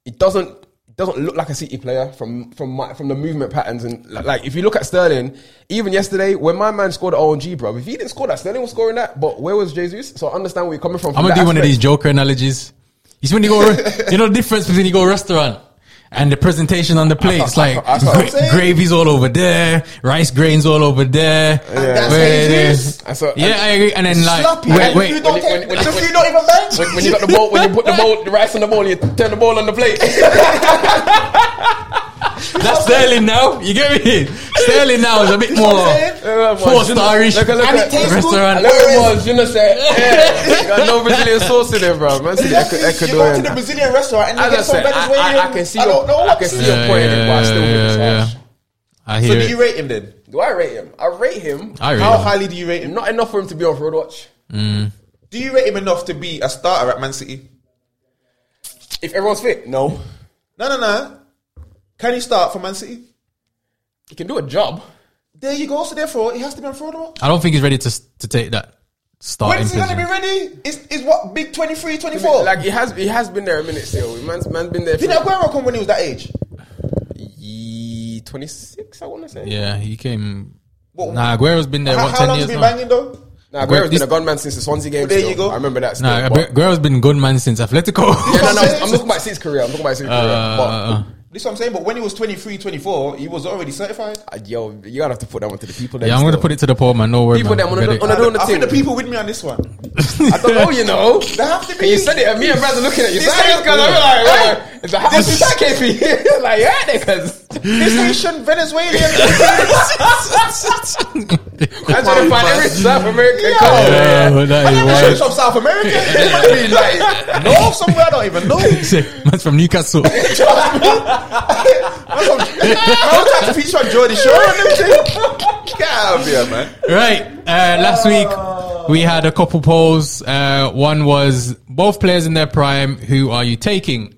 A: it doesn't, it doesn't look like a City player from from my, from the movement patterns and li- like if you look at Sterling, even yesterday when my man scored the ONG, bro, if he didn't score that, Sterling was scoring that. But where was Jesus? So I understand where you're coming from.
C: I'm
A: from
C: gonna
A: that
C: do one of these
A: aspect.
C: Joker analogies. You see when you go, you know the difference between you go restaurant and the presentation on the plate. It's like
A: I thought-
C: gra-
B: I'm saying.
C: gravy's all over there, rice grains all over there.
B: that's
C: Where
B: how it
C: it is.
B: is.
A: I saw-
C: yeah, I agree. And then like,
B: sloppy.
C: wait,
B: and
C: wait,
B: you don't
A: when-
B: take-
A: when-
B: just
A: when-
B: you don't even bench.
A: When, when you got the ball, when you put the ball, the rice on the ball, you turn the ball on
C: [laughs]
A: the plate.
C: that's Sterling now. You get me? Sterling now is a bit more
A: saying?
C: four starish.
A: Look at- look
C: And
A: at-
C: it tastes
A: I
C: restaurant.
A: love it was, you know, say, yeah, you got no Brazilian sauce in there, bro. Man, see the
B: Exactly.
A: Ecu-
B: You go to
A: Ecuadorian.
B: the Brazilian restaurant and you
A: As I
B: get some
A: said, I,
B: Venezuelan.
A: I, I can see
B: I
A: your,
B: don't know
A: I
B: what
A: can
B: to
A: see
B: do.
A: your point in it, but I still think it's
C: yeah.
A: harsh.
C: I
B: So
C: hear
B: do you
C: it.
B: rate him then?
A: Do I rate him? I rate him.
C: I rate
B: How
C: him.
B: highly do you rate him?
A: Not enough for him to be on road watch.
B: Do you rate him enough to be a starter at Man City?
A: If everyone's fit, no,
B: No, no, no. Can he start for Man City?
A: he can do a job.
B: There you go. So therefore, he has to be unfraudable.
C: I don't think he's ready to to take that
B: When
C: starting
B: is he going to be
C: position.
B: ready? Is is what big 23, 24?
A: Like he has, he has been there a minute still. Man's, man's been there.
B: Did
A: for
B: Aguero come when he was that age?
A: twenty six, I want to say.
C: Yeah, he came.
B: What-
C: Nah, Aguero's been there.
B: How,
C: what
B: how
C: ten
B: long has
C: years
B: he been
C: now?
B: banging though?
A: Nah,
C: Where-
A: Aguero's
C: this-
A: been a gunman since the Swansea game.
B: There you
A: still.
B: go.
A: I remember that. Still,
C: Nah,
A: but-
C: Aguero's been good man since
B: [laughs]
C: Atletico.
A: Yeah, no, no,
B: That's it.
A: I'm talking about his career. I'm talking about his career.
C: Uh,
B: This is what I'm saying. But when he was 23, 24, he was already certified.
A: but, uh, yo, you gotta have to put that one to the people.
C: yeah, I'm gonna put it to the poll, man. No worry,
A: People
C: man.
A: that wanna
C: Read
A: do-
C: it.
A: wanna I don't
B: I
A: think-
B: think the people with me on this one.
A: I don't know, you
B: [laughs]
A: know.
B: They have to be.
A: And you said it, and me and Brad are looking at you.
B: This
A: Serious,
B: ain't-
A: cause I'm
B: Hey,
A: like, what? It's like, how much is that, KP? [laughs] like, yeah, niggas.
B: This Haitian
A: [laughs]
B: Venezuelan.
A: I'm trying to find every South American
B: Yeah.
A: code.
C: Yeah,
B: [laughs]
C: well, that is
B: This is
C: wild.
B: from South America. They might be like north somewhere. I don't even
A: [laughs]
B: know.
C: [laughs] Sick. Man's from Newcastle.
B: I'm from- I'm trying to feature on Jordy
A: [laughs]
B: Shore and everything. Get out of here, man.
C: right. Uh, last week we had a couple polls. Uh, one was both players in their prime. Who are you taking?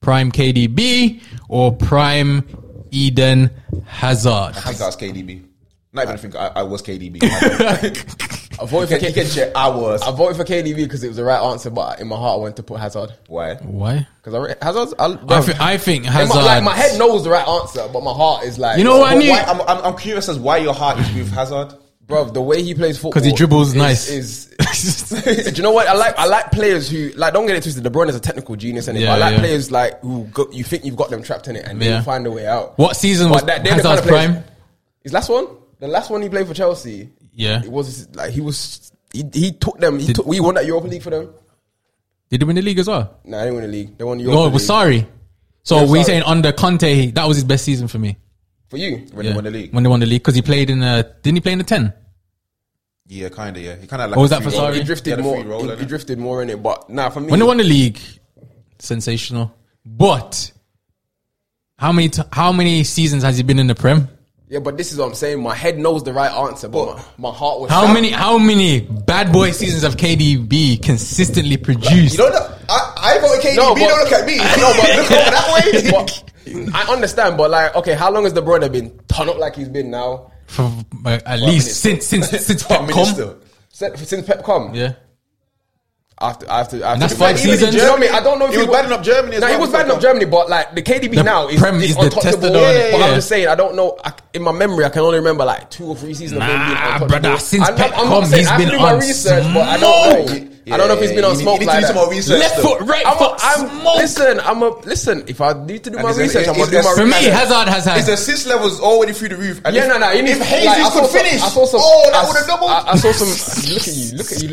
C: Prime KDB or prime Eden Hazard?
B: I think I was KDB. Not even think I, I was KDB.
C: [laughs]
A: I voted for
B: you can
A: KDB.
B: check. I was.
A: I voted for KDB because it was the right answer, but in my heart I wanted to put Hazard.
B: Why?
C: Why?
A: Because I re- Hazard's. I,
C: I,
A: bro,
C: thi- I think
A: in
C: Hazard.
A: my, like, my head knows the right answer, but my heart is like.
C: You know what I
B: But
C: knew?
B: why I'm, I'm, I'm curious as why your heart is with Hazard.
A: Bro, the way he plays football.
C: 'Cause he dribbles
A: is-
C: nice.
A: Is, [laughs] Do you know what I like? I like players who like. Don't get it twisted. LeBron is a technical genius, and
C: Yeah,
A: I like
C: yeah.
A: players like who go, you think you've got them trapped in it, and
C: Yeah.
A: they find a way out.
C: [laughs] What season was
A: they're the
C: Hazard's
A: kind of players-
C: prime?
A: His last one, the last one he played for Chelsea.
C: Yeah.
A: It was like he was he, he took them. He
C: Did-
A: took, we won that Europa League for them.
C: Did he win the league as well?
A: Nah, they didn't win the league. They won Europa.
C: No, it was
A: League.
C: sorry. So
A: Yeah,
C: we
A: Sarri.
C: saying under Conte, that was his best season for me.
A: for you.
B: when
C: Yeah.
B: they won the league.
C: When they won the league, because he played in a didn't he play in the ten?
B: yeah, kind of. Yeah, he kind of like.
C: What was
B: a
C: that
B: free
C: for
B: roll.
C: Sarri?
A: He
B: He
A: drifted
B: had a free
A: more.
B: roll,
A: he, he
B: innit?
A: drifted more in it, but nah, for me,
C: When they won the league, sensational. But how many t- how many seasons has he been in the Prem?
A: yeah. But this is what I'm saying. My head knows the right answer, but my, my heart was.
C: How
A: sad.
C: many how many bad boy seasons have KDB consistently produced?
B: You don't know. I, I voted KDB.
A: No, but-
B: don't look at
A: [laughs]
B: me. No, but look over that way.
A: But I understand, but like, okay, how long has the brother been turned up like he's been now?
C: for uh, at least since since
A: [laughs]
C: since
B: Prime
C: Pep come.
B: Minister.
A: Since since Pep come,
C: Yeah,
A: after after after
C: that's five seasons.
A: Do you know what I mean? I don't know if
B: He was battling up Germany as
A: No, he
B: well.
A: was battling up Germany, but like the KDB
C: The
A: now is,
C: Prem
A: is,
C: is the
A: untouchable.
C: testador,
A: but
C: yeah.
A: I'm just saying, I don't know. I, in my memory, I can only remember like two or three seasons. of him being
C: Nah,
A: untouchable.
C: Ah, brother, since
A: I'm not-
C: Pep
A: I'm not
C: come,
A: saying-
C: he's
A: I have to
C: been
A: do my
C: on
A: research, but I don't know. I don't know if he's been
B: Yeah,
A: on
B: you need-
A: smoke
B: you need to do
A: like that.
B: some more research.
C: Left
B: though.
C: foot, right
A: I'm,
C: foot,
A: I'm
C: smoke.
A: listen. I'm a listen. If I need to do my
B: it's a-
A: research, I'm
B: it's
A: gonna do
B: a-
A: my
C: for me,
A: research.
C: Hazard has had.
B: His assist level's already through the roof. And
A: Yeah,
B: if-
A: no, no. You need
B: If
A: like, I
B: Hayes
A: saw
B: could
A: some-
B: finish,
A: I saw some.
B: oh, that
A: I
B: would have
A: s-
B: doubled.
A: I, I saw some. Look at you. Look at you.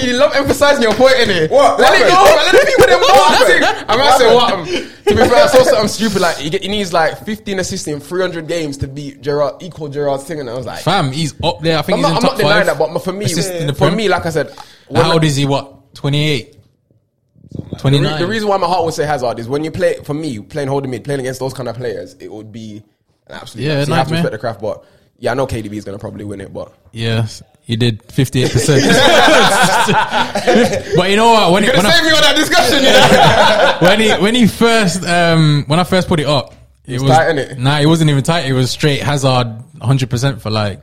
A: Hey, you love emphasizing your point in it.
B: What?
A: Let it
B: What
A: go.
B: happened?
A: Let it be
B: [laughs]
A: with them
C: What happened?
A: boxing. I'm not saying what. um, To be fair, I saw something stupid. Like he, get, he needs like 15 assists in 300 games to beat Gerard, equal Gerard's thing, and I was like,
C: Fam, he's up there. I think he's
A: I'm not,
C: in
A: I'm
C: top
A: not denying
C: five.
A: that. But for me,
C: Assist in the
A: for
C: Prem.
A: me, like I said, when
C: How old is he? What? Twenty eight. Twenty
A: The, re-
C: nine.
A: the reason why my heart would say Hazard is when you play for me playing holding mid, playing against those kind of players, it would be an absolute.
C: Yeah,
A: Yeah, you have to
C: nightmare.
A: respect the craft, but yeah, I know KDB is going to probably win it, but
C: Yes, he did fifty eight percent. [laughs] But you know what? When it, when, I,
A: me on that discussion. You know?
C: when he when he first um when I first put it up, it was,
A: tight, innit?
C: nah, it wasn't even tight. It was straight Hazard, hundred percent for like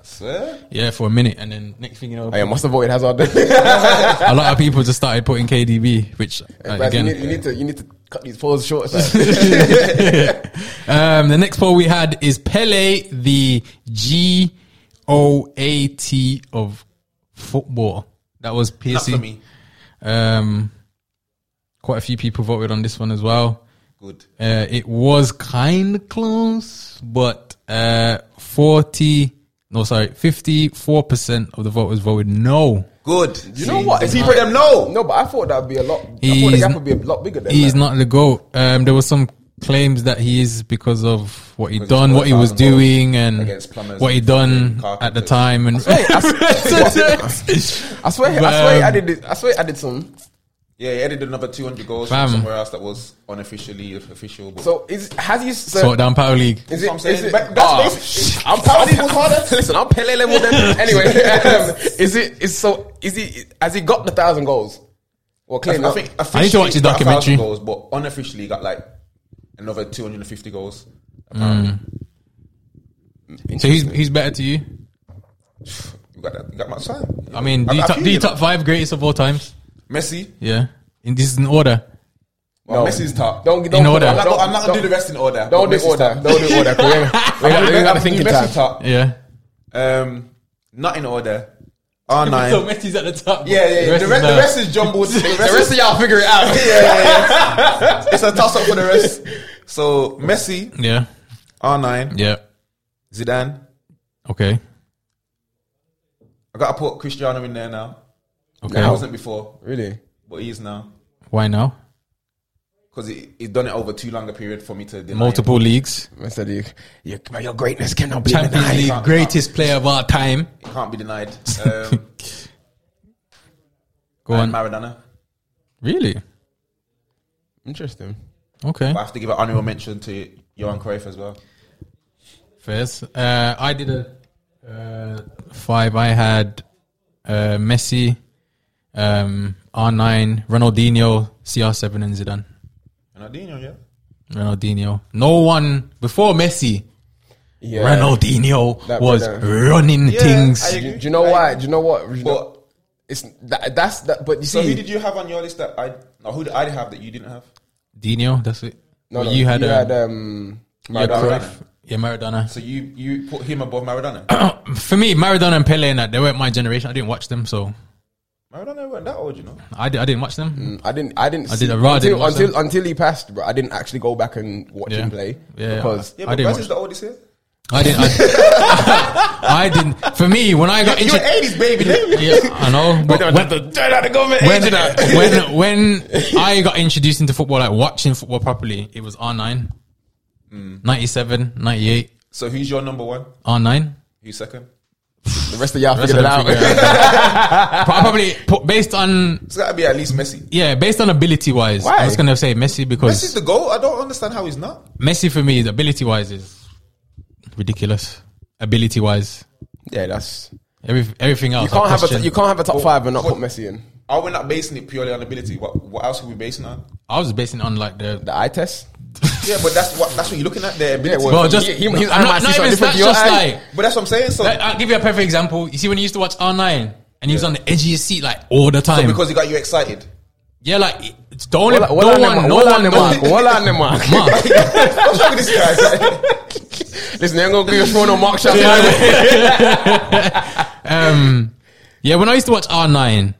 C: yeah for a minute, and then next thing you know,
A: I must avoid Hazard. [laughs] then.
C: a lot of people just started putting KDB, which uh,
A: Guys, you,
C: again,
A: need, you need to you need to cut these falls short. like.
C: [laughs] Um, the next poll we had is Pele, the G O A T of football. That was
B: Not for
C: PSC.
B: me.
C: Um, quite a few people voted on this one as well.
B: Good.
C: Uh, it was kind of close, but uh, 40, no, sorry, 54% of the voters voted no.
B: Good.
A: you know what? It's
B: People
A: not-
B: them know.
A: No, but I thought that'd be a lot. I thought the
C: He's-
A: gap would be a lot bigger than
C: He's
A: that.
C: not the GOAT. Um, there was some claims that he is because of what he
B: Because he
C: done, what he
B: scored
C: was
B: 1,000 goals
C: doing, and
B: against plumbers
C: what he
B: and
C: done
B: fucking
C: at the
B: carpenters.
C: time. And [laughs]
A: I swear,
C: But,
A: I swear, he
C: um,
A: added it- I swear, he added some.
B: Yeah, he added another 200 goals
C: Fam.
B: from somewhere else that was unofficially official. But
A: So is has he? So,
C: sort down power league.
B: That's
A: Is it,
B: what I'm
A: is
B: saying.
A: it,
B: But that's
A: Ah,
B: basic-
A: I'm proud of harder. Listen, I'm Pele level [laughs] then. Anyway, um, is it is so is he has he got the thousand goals? Well,
B: I,
A: clearly
B: I
A: not.
B: think
C: I need to watch
B: officially
C: his
B: got 1,000
C: documentary.
B: Goals, but unofficially got like another 250 goals. Apparently.
C: So who's who's better to you?
B: You got that? You got my time.
C: I mean, do you, top, do you top five greatest of all times?
B: Messi.
C: Yeah, in this is in order.
B: Well, Messi's top.
A: Don't don't.
C: In
A: don't-
C: order.
B: I'm not,
A: don't-
B: I'm not gonna do the rest in order.
A: Don't
B: but
A: do
B: Messi's
A: order.
B: top.
A: Don't [laughs] do order. 'cause We haven't- we got- we got to
B: I'm
A: think in
B: doing Messi
A: time.
B: top.
C: Yeah.
B: Um, not in order. R
C: [laughs]
B: nine.
C: Messi's at the top.
B: Yeah, yeah. yeah. The rest, the rest is jumbled. The
A: The rest
B: rest
A: of
B: is,
A: y'all figure it out.
B: yeah, yeah, yeah. It's a toss up for the rest. So Messi,
C: Yeah.
B: R nine,
C: Yeah.
B: Zidane.
C: Okay.
B: I gotta put Cristiano in there now.
C: Okay.
B: That wasn't before,
A: Really?
B: but he is now
C: Why now?
B: because he, he's done it over too long a period for me to deny
C: Multiple leagues.
A: I said you, you, but your greatness cannot be
C: Champions
A: denied.
C: League greatest player of all time.
B: It. It can't be
C: [laughs]
B: denied. Um,
C: Go
B: and
C: on.
B: Maradona.
C: Really?
A: Interesting.
C: Okay.
B: But I have to give an honorable mention to Johan Cruyff as well.
C: First, uh, I did a uh, five. I had uh, Messi, um, R9, Ronaldinho, CR7, and Zidane.
B: Ronaldinho, yeah.
C: Ronaldinho. No one before Messi.
A: Yeah.
C: Ronaldinho
A: That
C: was
A: brother.
C: running things.
B: I-
A: Do, do you know why? Do you know what? You know-
B: But
A: it's that, that's that. But you
B: so who
A: see,
B: did you have on your list that I? No, who did I have that you didn't have?
C: Dino, that's it.
A: no, no,
C: you had,
A: you
C: a,
A: had um,
C: yeah,
A: Maradona.
C: Cruyff.
B: Maradona.
C: Yeah, Maradona.
B: So you you put him above
C: [coughs]
B: Maradona.
C: For me, Maradona and Pele and that they weren't my generation. I didn't watch them, so
B: Maradona weren't that old, you know.
C: I, di- I didn't watch them.
A: I didn't. I didn't.
C: did a ride, didn't
A: until
C: watch
A: until,
C: them.
A: until he passed, bro. I didn't actually go back and watch
C: Yeah.
A: him play
C: Yeah.
A: because
B: Yeah,
C: I
B: but
C: didn't
B: Braz is
C: watch-
B: the oldest here.
C: I didn't. I, I [laughs] didn't. For me, when I got
B: You're an
C: intro-
B: 80s
A: [laughs]
B: baby. David.
C: yeah, I know. But
A: Don't have
C: when,
A: to turn out the government
C: when,
A: agent out.
C: when when I got introduced into football, like watching football properly, it was R nine.
A: Hmm.
C: 97, 98,
B: So who's your number one?
C: R9.
B: Who's second?
A: The rest of y'all
C: That's
A: figured it out.
C: Probably put- based on,
B: It's got to be at least Messi.
C: yeah, based on ability wise. I
A: Why?
C: was going to say Messi because
B: Messi's the goal. I don't understand how he's not.
C: Messi for me, ability wise, is ridiculous. Ability wise,
A: [laughs] yeah, that's
C: every, everything else.
A: you can't
C: I
A: have a
C: question.
A: t- you can't have a top five and not put Messi in
B: Are we not basing it purely on ability? What what else are we basing on?
C: I was basing it on like the.
A: the eye test.
B: Yeah, but that's what that's what you're looking at there. Ability.
A: well-
C: Well, just
A: He- he-
C: no,
A: his eye
C: not,
A: might
C: not
A: see something
C: even that.
A: different to your
C: Just
A: eye.
C: like
B: but that's what I'm saying. So,
C: Like, I'll give you a perfect example. You see, when you used to watch R9 and he was on the edge of your seat like all the time.
B: so because he got you excited.
C: yeah, like it's the only,
A: Wala-
C: no
A: wala
C: one,
A: nema-
C: no
A: wala
C: one, no
A: nema- [laughs]
C: one.
A: wala
C: [laughs]
A: nema.
C: Mark.
B: What's wrong with this
C: [laughs]
B: guy?
A: Listen, they ain't gonna give you a throw no mark shot.
C: um, yeah, when I used to watch R9,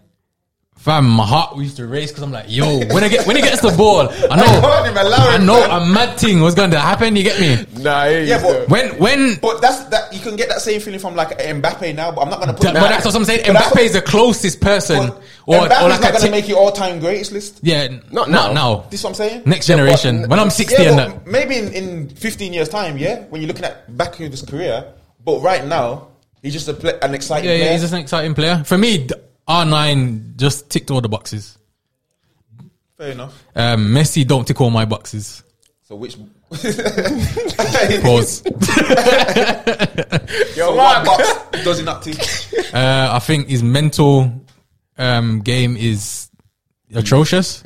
C: fam, my heart used to race because I'm like, yo, when I get when he gets the ball,
B: [laughs]
C: I know,
B: Hold him, allow
C: I
B: him.
C: know a mad thing was going to happen. You get me?
A: [laughs] Nah, he
B: Yeah,
A: is
B: but-
A: the-
C: When when.
B: But that's that you can get that same feeling from like Mbappe now. But I'm not gonna put.
C: That, but that's what I'm saying. Mbappe is the closest person, or, or
B: Mbappe's
C: like
B: not
C: a
B: gonna
C: t-
B: make you all time greatest list.
C: yeah,
A: Not
C: not
A: now.
C: now.
B: This is what I'm saying.
C: Next generation. when I'm 60
B: yeah,
C: and
B: but
C: that,
B: maybe in, in 15 years time, yeah, when you're looking at back of his career. But right now, he's just a ple- an exciting
C: yeah, yeah,
B: player.
C: he's just an exciting player. For me, R9 just ticked all the boxes.
B: Fair enough.
C: Um, Messi don't tick all my boxes.
B: So which [laughs]
A: [laughs]
C: Pause.
B: Yo, what box does he not [laughs] tick?
C: Uh, I think his mental um, game is atrocious.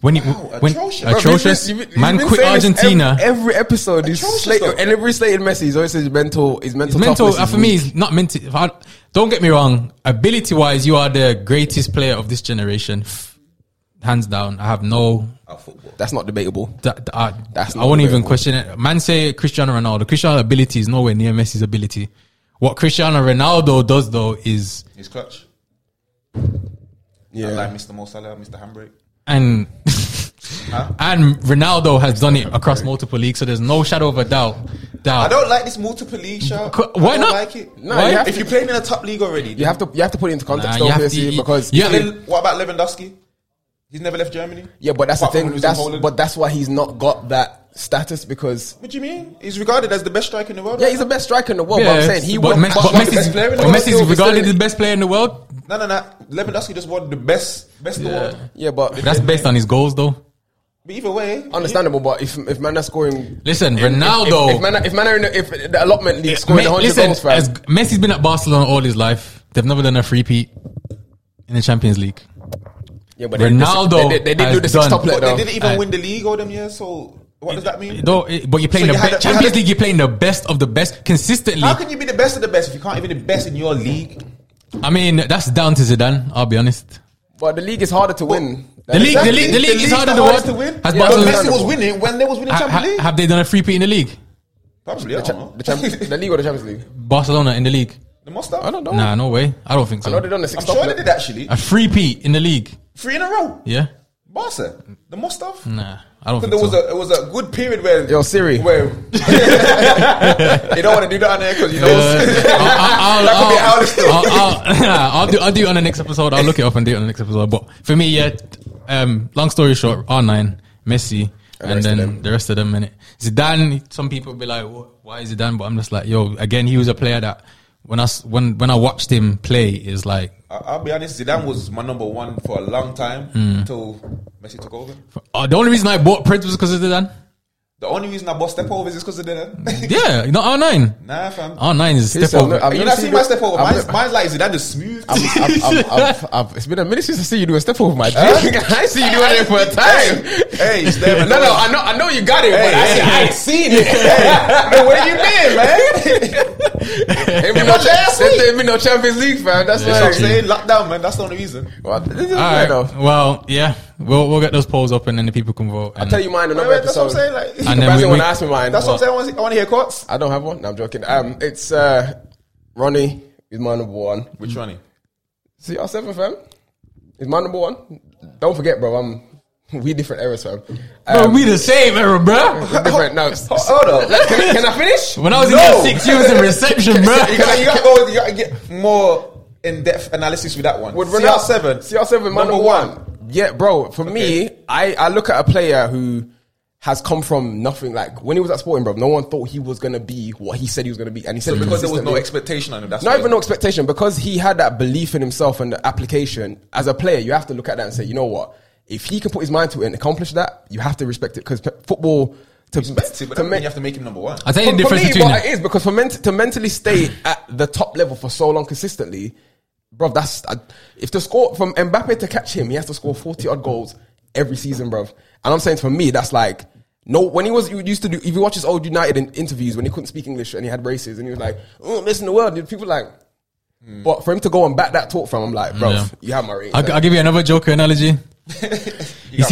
C: When he, when
B: atrocious. Bro,
C: atrocious,
A: Bro, he's been- he's been-
C: man
A: he's been
C: quit
A: saying this
C: Argentina.
A: ev- Every, episode, he's
B: Atrocious,
A: slate,
B: though.
A: and every slated Messi, he's always says his mental, his mental,
C: His mental
A: toughness
C: uh,
A: is
C: for me
A: weak.
C: is not meant to. if I- don't get me wrong. Ability wise, you are the greatest player of this generation, F- hands down. I have no.
B: Oh, football.
A: that's not debatable.
C: That, that- I,
A: That's
C: I
A: not
C: won't
A: fair.
C: even question it. Man, say Cristiano Ronaldo. Cristiano ability is nowhere near Messi's ability. What Cristiano Ronaldo does though is
B: His clutch.
A: Yeah,
B: Like Mr. Mo Salah, Mr. Handbrake.
C: and [laughs] and Ronaldo has done it across multiple leagues, so there's no shadow of a doubt.
B: I
C: Doubt.
B: don't like this multiple league shout.
C: Co- why
B: I don't
C: not?
B: like it.
A: No,
C: Why?
A: you have
B: If
A: to,
B: you're playing in a top league already,
A: you have to, you have to put it into
C: Nah,
A: context
C: you
A: though,
C: have
A: Percy,
C: to-
A: because
C: you have to-
B: Then what about Lewandowski? He's never left Germany.
A: yeah, but that's the
B: Apart from when he
A: thing.
B: was in
A: That's
B: Poland.
A: but that's why he's not got that status because
B: What do you mean? He's regarded as the best striker in the world.
A: yeah,
B: right
A: he's the best striker in the world.
C: Yeah,
A: but I'm saying he
C: but,
A: won't-
C: Me- but
B: but he's the
C: Messi's,
B: best player in the
C: but
B: world.
C: Messi's
A: Still,
C: regarded
A: still-
C: the best player in the world.
B: now. No, no, no. Lewandowski just won the best, best award.
A: Yeah, but
C: That's based on his goals, though.
B: But either way,
A: understandable. But if if man are scoring,
C: Listen,
A: if- if-
C: Ronaldo.
A: if, man, are- if man are in the, if the allotment league scoring
C: Me-
A: the hundred
C: listen,
A: goals, fam,
C: as Messi's been at Barcelona all his life. They've never done a three-peat in the Champions League.
A: yeah, but
C: Ronaldo
A: they, they, they did do the
C: has
A: six
C: done-
A: toplet
B: but
A: though.
B: they didn't even
C: Uh,
B: win the league all them years. So what does that mean?
C: Though, eh, but you're playing
B: So
C: the
B: you had
C: be-
B: a- you
C: Champions
B: had a-
C: League. You're playing the best of the best consistently.
B: How can you be the best of the best if you can't even be the best in your league?
C: I mean, that's down to Zidane. I'll be honest.
A: But the league is harder to win.
C: The league, the
B: Exactly.
C: league, the league is
B: league's
C: harder
B: the
C: to
B: hardest
C: win. Has
A: Yeah,
B: But
A: Barcelona-
B: Messi was winning when they was winning
C: Ha-
B: Champions
C: ha-
B: League.
C: have they done a three-peat in the league?
B: Probably, I
A: The,
B: don't know.
A: cha- the, champ- the league or the Champions League?
C: Barcelona in the league?
B: The Mustang.
A: I don't know.
C: Nah, no way. I don't think so.
A: I know they done the six
B: I'm sure Oh. they
A: toplet.
B: did actually.
C: a three-peat in the league?
B: Three in a row.
C: Yeah.
B: Barca. The Mustang.
C: Nah, I don't
B: But
C: think
B: there was
C: so.
B: a it was a good period where
A: Yo, Siri.
B: where [laughs] you don't want to do that on there because you know
C: I'll, I'll,
B: That could be
C: I'll-
B: out of still.
C: I'll- I'll- I'll do I'll do it on the next episode. I'll look it up and do it on the next episode. But for me, yeah. Um, long story short, R nine, Messi, and,
A: rest of
C: then
A: them.
C: the rest of them. And it Zidane. Some people be like, "Wh- "Why is Zidane?" But I'm just like, "Yo, again, he was a player that when I s- when when I watched him play is like
B: I- I'll be honest, Zidane was my number one for a long time
C: Hmm.
B: until Messi took over.
C: uh, the only reason I bought Prince was because of Zidane.
B: The only reason I bought step over is because of the
C: Yeah, not R nine.
B: [laughs] nah fam.
C: R nine is a
A: He's
C: step
A: so-
C: over.
A: I've
B: you
A: never
B: not
A: seen
B: seen my
A: you-
B: step over.
A: I've
B: Mine's,
A: ne-
B: mine's like Zidane is smooth.
A: I've, I've, I've, I've, it's been a minute since I see you do a step over my dick. [laughs] I see you doing it for a time.
B: [laughs] Hey, it's there,
A: no,
B: but
A: no,
B: no one-
A: I know, I know you got it, but I,
B: hey,
A: see, I ain't
B: [laughs]
A: seen it. hey, where you been, man?
B: [laughs]
A: ain't been no,
B: last
A: cha- ain't been no Champions League, fam. That's
B: That's what I'm
A: like,
B: saying. Lockdown, man. That's the only reason.
A: well, this is
C: All
A: fair
C: right.
A: enough.
C: Well, yeah, we'll we'll get those polls up and then the people can vote.
A: I'll tell you mine another
B: Wait, wait, that's what
A: episode.
B: I'm saying. Like,
C: And then
A: Surprising
C: we-
A: when
C: we-
A: I asked me
B: [laughs]
A: mine.
B: that's what I'm saying. I wanna see- I want to hear quotes.
A: I don't have one. No, I'm joking. Um, it's uh, Ronnie is my number one.
B: Which one?
A: CR7 fam is my number one. Don't forget, bro. I'm We different eras, fam.
C: Bro,
A: Um,
C: we the same era, bro.
A: different. [laughs] No,
B: Hold on.
A: Like, can, can I finish?
C: When I was
B: No.
C: in year six, you was in reception,
A: [laughs]
C: bro.
B: you gotta, you gotta go. You gotta get more in depth analysis with that one.
A: Would
B: CR
A: Ronaldo-
B: seven,
A: CR seven, number one. Yeah, bro. For me, I I look at a player who has come from nothing. Like when he was at Sporting, bro, no one thought he was gonna be what he said he was gonna be, and he said it
B: because there was no
A: consistently.
B: expectation on him. That's
A: Not
B: why-
A: even no expectation because he had that belief in himself and the application. As a player, you have to look at that and say, you know what? If he can put his mind to it and accomplish that, you have to respect it because football to
B: Expected, but
A: to
B: that mean
A: make
B: you have to make him number one.
C: I tell you the
A: for, for
C: difference
A: me,
C: between
A: what it
C: them.
A: is because for ment- to mentally stay at the top level for so long consistently, bro, that's I, if the score from Mbappe to catch him, he has to score forty odd goals every season, bro. And I'm saying for me, that's like no. When he was he used to do, if you watch his old United in interviews when he couldn't speak English and he had braces and he was like, oh, listen to the world, dude, people like. But for him to go and back that talk from, I'm like, bro,
C: Yeah.
A: you have my rating.
C: I'll, I'll give you another Joker analogy.
B: You, got
C: see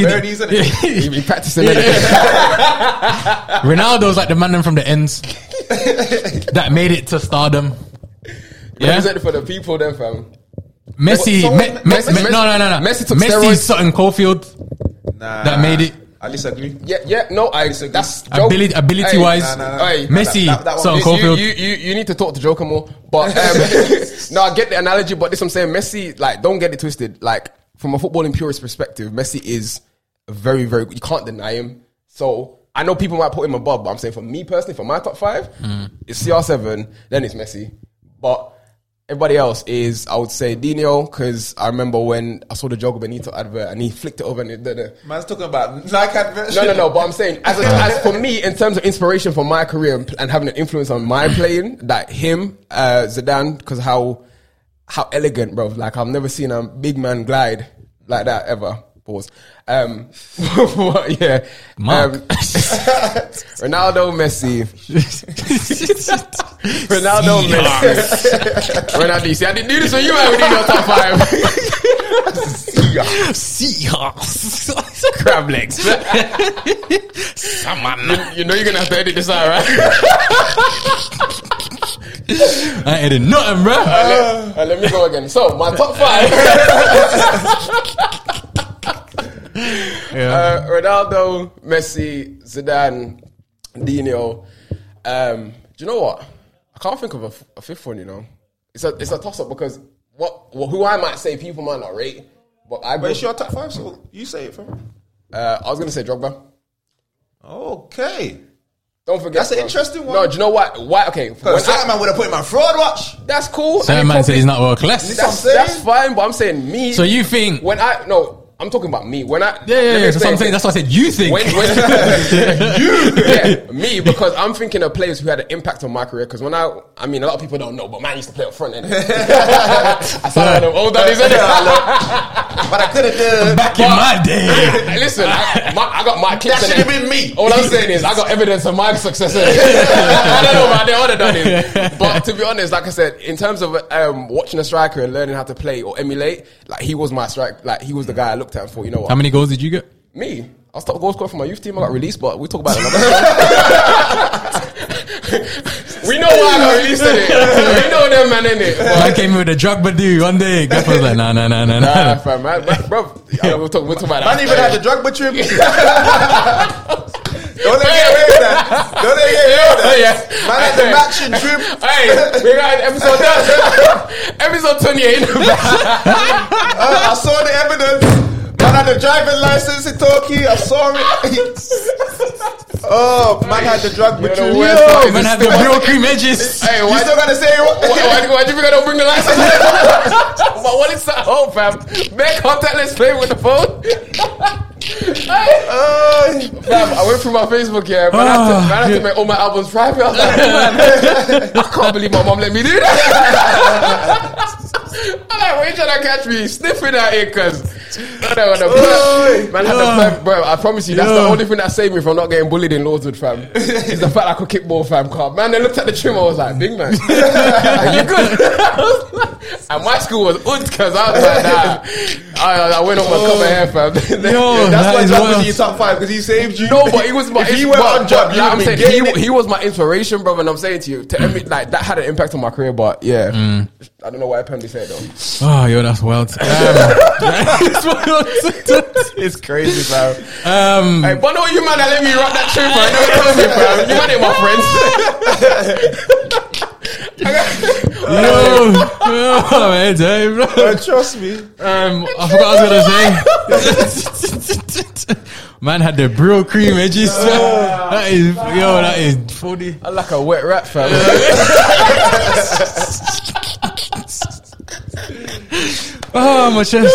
C: the-
B: Verdi's in it.
A: You've been practicing. innit?
C: Ronaldo's like the man from the
A: [laughs]
C: ends that made it to stardom. Yeah,
A: Represented for the people, then, fam.
C: Messi,
B: Someone-
C: Me- Me-
A: Messi-
C: Me- no, no, no, no.
A: Messi took
C: Messi,
A: steroids.
C: Sutton, Caulfield.
B: Nah,
C: [laughs] That made it.
B: At least I agree.
A: Yeah, yeah, no, I. That's Joe-
C: Ability- ability-wise,
A: Hey,
B: nah, nah, nah.
A: hey,
C: Messi,
B: That- that- that one-
C: Sutton,
B: you-
A: you,
C: Caulfield.
A: you, you, you need to talk to Joker more. But um, no, I get the analogy, but this I'm saying, Messi, like, don't get it twisted. Like, from a footballing purist perspective, Messi is very, very good. You can't deny him. So I know people might put him above, but I'm saying for me personally, for my top five, it's CR7, then it's Messi. But everybody else is, I would say, Dino, because I remember when I saw the Jogo Benito advert and he flicked it over and it did it.
B: Man's talking about [laughs] Nike adverts.
A: No, no, no. But I'm saying, as, a, as for me, in terms of inspiration for my career and, and having an influence on my playing, that him, uh, Zidane, because how how elegant, bro. Like I've never seen a big man glide like that ever. Pause. Um, [laughs] but yeah.
C: Mark.
A: Um, [laughs] Ronaldo, Messi, Ronaldo, Messi, Ronaldo. You see, I didn't do this for you. I would need your top five. [laughs]
C: Seahawks. [laughs]
A: Crab legs. You know you're gonna have to edit this out, right?
C: I ain't in nothing, bro.
A: let, uh, let me go again. So my top five: [laughs] uh, Ronaldo, Messi, Zidane, Dino. Um, do you know what? I can't think of a, f- a fifth one. You know, it's a it's a toss up because what well, who I might say people might not rate, but I
B: But it's your top five, so you say it from.
A: uh, I was gonna say Drogba.
B: Okay.
A: Don't forget
B: That's an
A: bro.
B: interesting one.
A: No, do you know what? Why? Okay, when
B: Because
A: I-
B: that man would have put him on fraud watch.
A: that's cool.
C: So
A: I
C: that
A: mean,
C: man said
A: probably-
C: he's not world class.
B: That's
A: that's,
B: what I'm
A: that's
B: saying.
A: fine, but I'm saying me.
C: So you think?
A: when I no, I'm talking about me. When I
C: Yeah, yeah,
A: let me
C: yeah. So I'm
A: explain.
C: saying that's what I said. You think?
A: when,
B: [laughs]
A: when you yeah, me because I'm thinking of players who had an impact on my career. Because when I, I mean, a lot of people don't know, but man used to play up front end.
B: [laughs]
A: I sound like them old daddies. innit?
B: But I could have done.
C: Back in my day.
A: Listen, I, my, I got my clips.
B: That
A: in
B: should have been
A: it.
B: me.
A: All I'm saying is I got evidence of my success. in it. I don't know, man. They would have done it. But to be honest, like I said, in terms of um, watching a striker and learning how to play or emulate, like he was my strike. Like he was the guy I looked at and thought, you know what,
C: How many goals did you get?
A: Me? I was top goal scorer for my youth team. I got released, but we talk about it another [laughs] time. we know why I got released in it. We know them, man, in
C: [laughs]
A: it.
C: I came in with a drug badu one day. Gaff was like, nah, nah, nah, nah,
A: Nah,
C: nah.
A: fam, man, man, bro. Yeah, we'll talk. We'll talk about that.
B: Man even had the drug butcher. Don't let him get away with that. Don't let him get away with that.
A: Oh, yeah.
B: Man had the match and trip.
A: Hey, we got episode [laughs] episode twenty eight.
B: Uh, I saw the evidence. Man had the driving license in Turkey. I saw it. [laughs] oh, man had the drug
A: You're the
B: butcher.
A: worst.
B: Yo.
C: Oh, Man had the real cream edges.
A: hey,
B: You
A: why?
B: still gonna say what?
A: Why,
B: [laughs]
A: why, why do you think I don't bring the license? [laughs] but what is that? Oh, fam. Make contact. Let's play with the phone. Hey.
B: Oh,
A: Fam, I went through my Facebook, yeah. Man, I had to,
C: Ah,
A: man, I had to
C: yeah.
A: make all my albums private. I was like, man, I can't believe my mom let me do that. [laughs] I'm like, where you trying to catch me? Sniffing at it, cuz. Man, I had a
B: Oi.
A: plan- man, I had a plan- bro, I promise you, that's the
C: Yeah.
A: only thing that saved me from not getting bullied in Lordswood, fam. Is the fact I could kick ball, fam. Car. Man, they looked at the trim, I was like, big man, are you good? [laughs] and my school was ud, cuz I was like, nah. I, I went on my cover hair, fam. [laughs]
C: Yo,
B: that's
C: that
B: why
C: is
B: drug
C: wild.
B: was in your top five because he saved you. [laughs]
A: No, but he was my.
B: If he went
A: but-
B: on drug,
A: but,
B: you would
A: like I'm
B: be
A: saying
B: getting
A: he,
B: it. Mm.
A: he was my inspiration, brother. And I'm saying to you, to emi- like that had an impact on my career. But yeah, I don't know why Pemby said though.
B: Mm.
C: Oh, yo, that's wild. Um,
A: It's crazy, fam.
C: um,
A: Hey, but no, you man, let me rock that tune, fam. Don't tell me,
B: [laughs]
A: fam. You man ain't my friends. [laughs]
C: yo, yo, man, Dave, bro.
B: trust me.
C: Um, I forgot what I was gonna say. Man had the bro cream edges. That is, yo, that is funny.
A: I like a wet rat, fam.
C: Oh, my chest.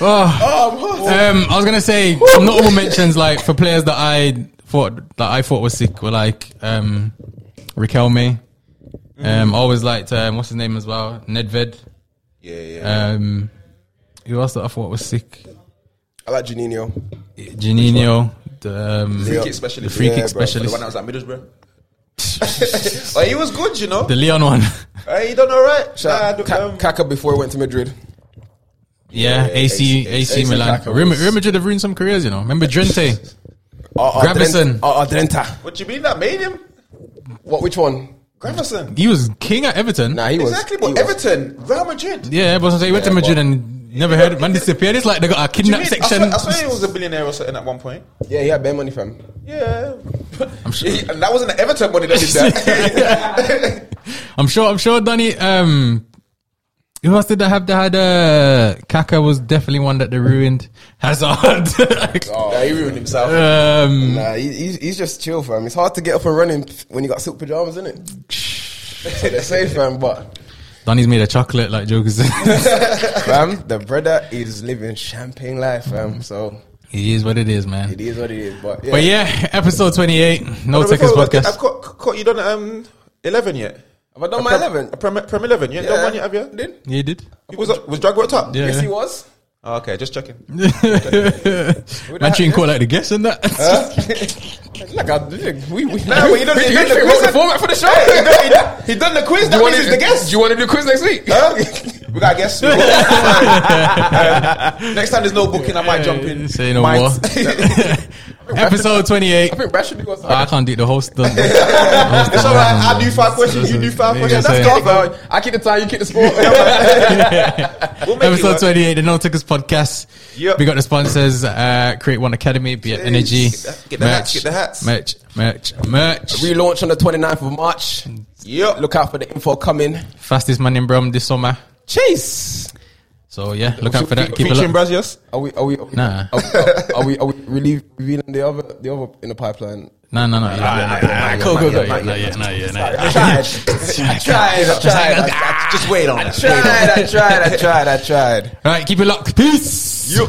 C: Oh. Um, I was gonna say some notable mentions like for players that I thought that I thought was sick were like um, Raquel May. Um, I always liked um, what's his name as well, Nedved.
B: Yeah, yeah.
C: Um, who else that I thought was sick?
A: I like Janino.
C: Janino, the, um,
B: Free
A: Yeah.
B: kick specialist.
C: the free
A: Yeah,
C: kick
A: bro.
B: The
C: specialist,
B: one that was at
A: [laughs]
B: Middlesbrough. oh, he was good, you know.
C: the Leon one. [laughs]
B: Uh, he done all right. Nah,
A: Shout
B: the,
A: out Ka-
B: um,
A: Kaka before he went to Madrid.
C: Yeah, AC, AC,
A: AC
C: Milan.
A: Kaka
C: Real,
A: was-
C: Real Madrid have ruined some careers, you know. Remember Drente?
A: Or or
C: Gravison.
A: Dren- Or or uh, Drenta.
B: what you mean that made him?
A: What? Which one?
B: Gravison.
C: He was king at Everton.
A: Nah, he was
B: Exactly,
A: he
B: but
A: was-
B: Everton, Real Madrid.
C: Yeah, but so he went to Madrid and never heard man disappeared. It's like they got a
B: Do you
C: kidnap
B: mean-
C: section.
B: I swear, I swear he was a billionaire or something at one point.
A: Yeah, he had bare money, fam.
B: Yeah,
C: [laughs] I'm sure.
B: He- and that wasn't the Everton money that did
C: [laughs]
B: that.
C: I'm sure. I'm sure. Danny. Um, who else did they have? They had uh, Kaka was definitely one that they ruined. Hazard. [laughs]
A: Oh, he ruined himself.
C: um,
A: Nah, he, he's, he's just chill, fam. It's hard to get up and running when you got silk pajamas, isn't it? That's what they say, fam. But
C: Danny's made a chocolate like jokers. [laughs]
A: fam, the brother is living champagne life, fam. So
C: it is what it is, man.
A: it is what it is. But yeah,
C: But yeah, episode 28, No
B: [laughs] But
C: Takers
B: before we go, I've
C: podcast.
B: caught, caught you done um eleven yet?
A: have I done my
B: Prem-
A: eleven?
B: a Prem, Prem eleven. You ain't done one yet, have you?
A: Did?
C: You did. [laughs]
B: You was was Dragwood top?
C: Yeah.
A: Yes, he was.
B: Oh, okay, just checking.
C: Man, she didn't call like the guest and that.
A: Like I, we, we,
B: Nah,
A: [laughs]
B: but he done-
A: we-
B: [laughs] he done the
A: we wrote
B: quiz
A: the
B: and-
A: format for the show. [laughs]
B: Hey, he, done, he, done, he done the quiz. That
A: you want
B: means he's
A: to- [laughs]
B: the guest.
A: Do you want to do quiz next week?
B: [laughs] Huh? we gotta [laughs] guess. We got- Um, next time there's no booking, I might jump in.
C: Say no
B: Might. [laughs]
C: more. [laughs] episode 28.
A: I think Brad should do us.
C: I can't do the
B: [laughs]
C: whole stuff.
B: it's all right. I do five questions. You do five
C: Yeah,
B: questions.
C: same.
B: That's
A: Go,
B: good, bro.
A: fam. I keep the time, you keep the sport. [laughs]
B: We'll make it
C: Episode
B: work.
C: 28, the No Tickers podcast.
B: Yep.
C: We got the sponsors, uh, Create One Academy, Be It Energy.
B: Get the- get the hats, get the hats.
C: Merch, merch, merch.
A: Relaunch on the 29th of March.
B: Yep.
A: Look out for the info coming.
C: Fastest man in Brom this summer.
A: Chase.
C: So yeah, look out for that. Keep a
B: featuring
C: look.
B: Brazius.
A: Are we? Are we? Are we
C: Nah.
A: Are, are, are we? Are we really revealing the other? The other in the pipeline?
C: No, no, no. yeah, yeah, yeah, yeah,
A: cool,
C: yeah, yeah,
A: cool, cool.
C: yeah, yeah, no, yeah, no,
A: I
C: yeah.
A: tried. I tried. I tried. I
B: Just wait on it.
A: tried. I tried. I tried. I tried.
C: All right, keep it locked. Peace.
B: Yep.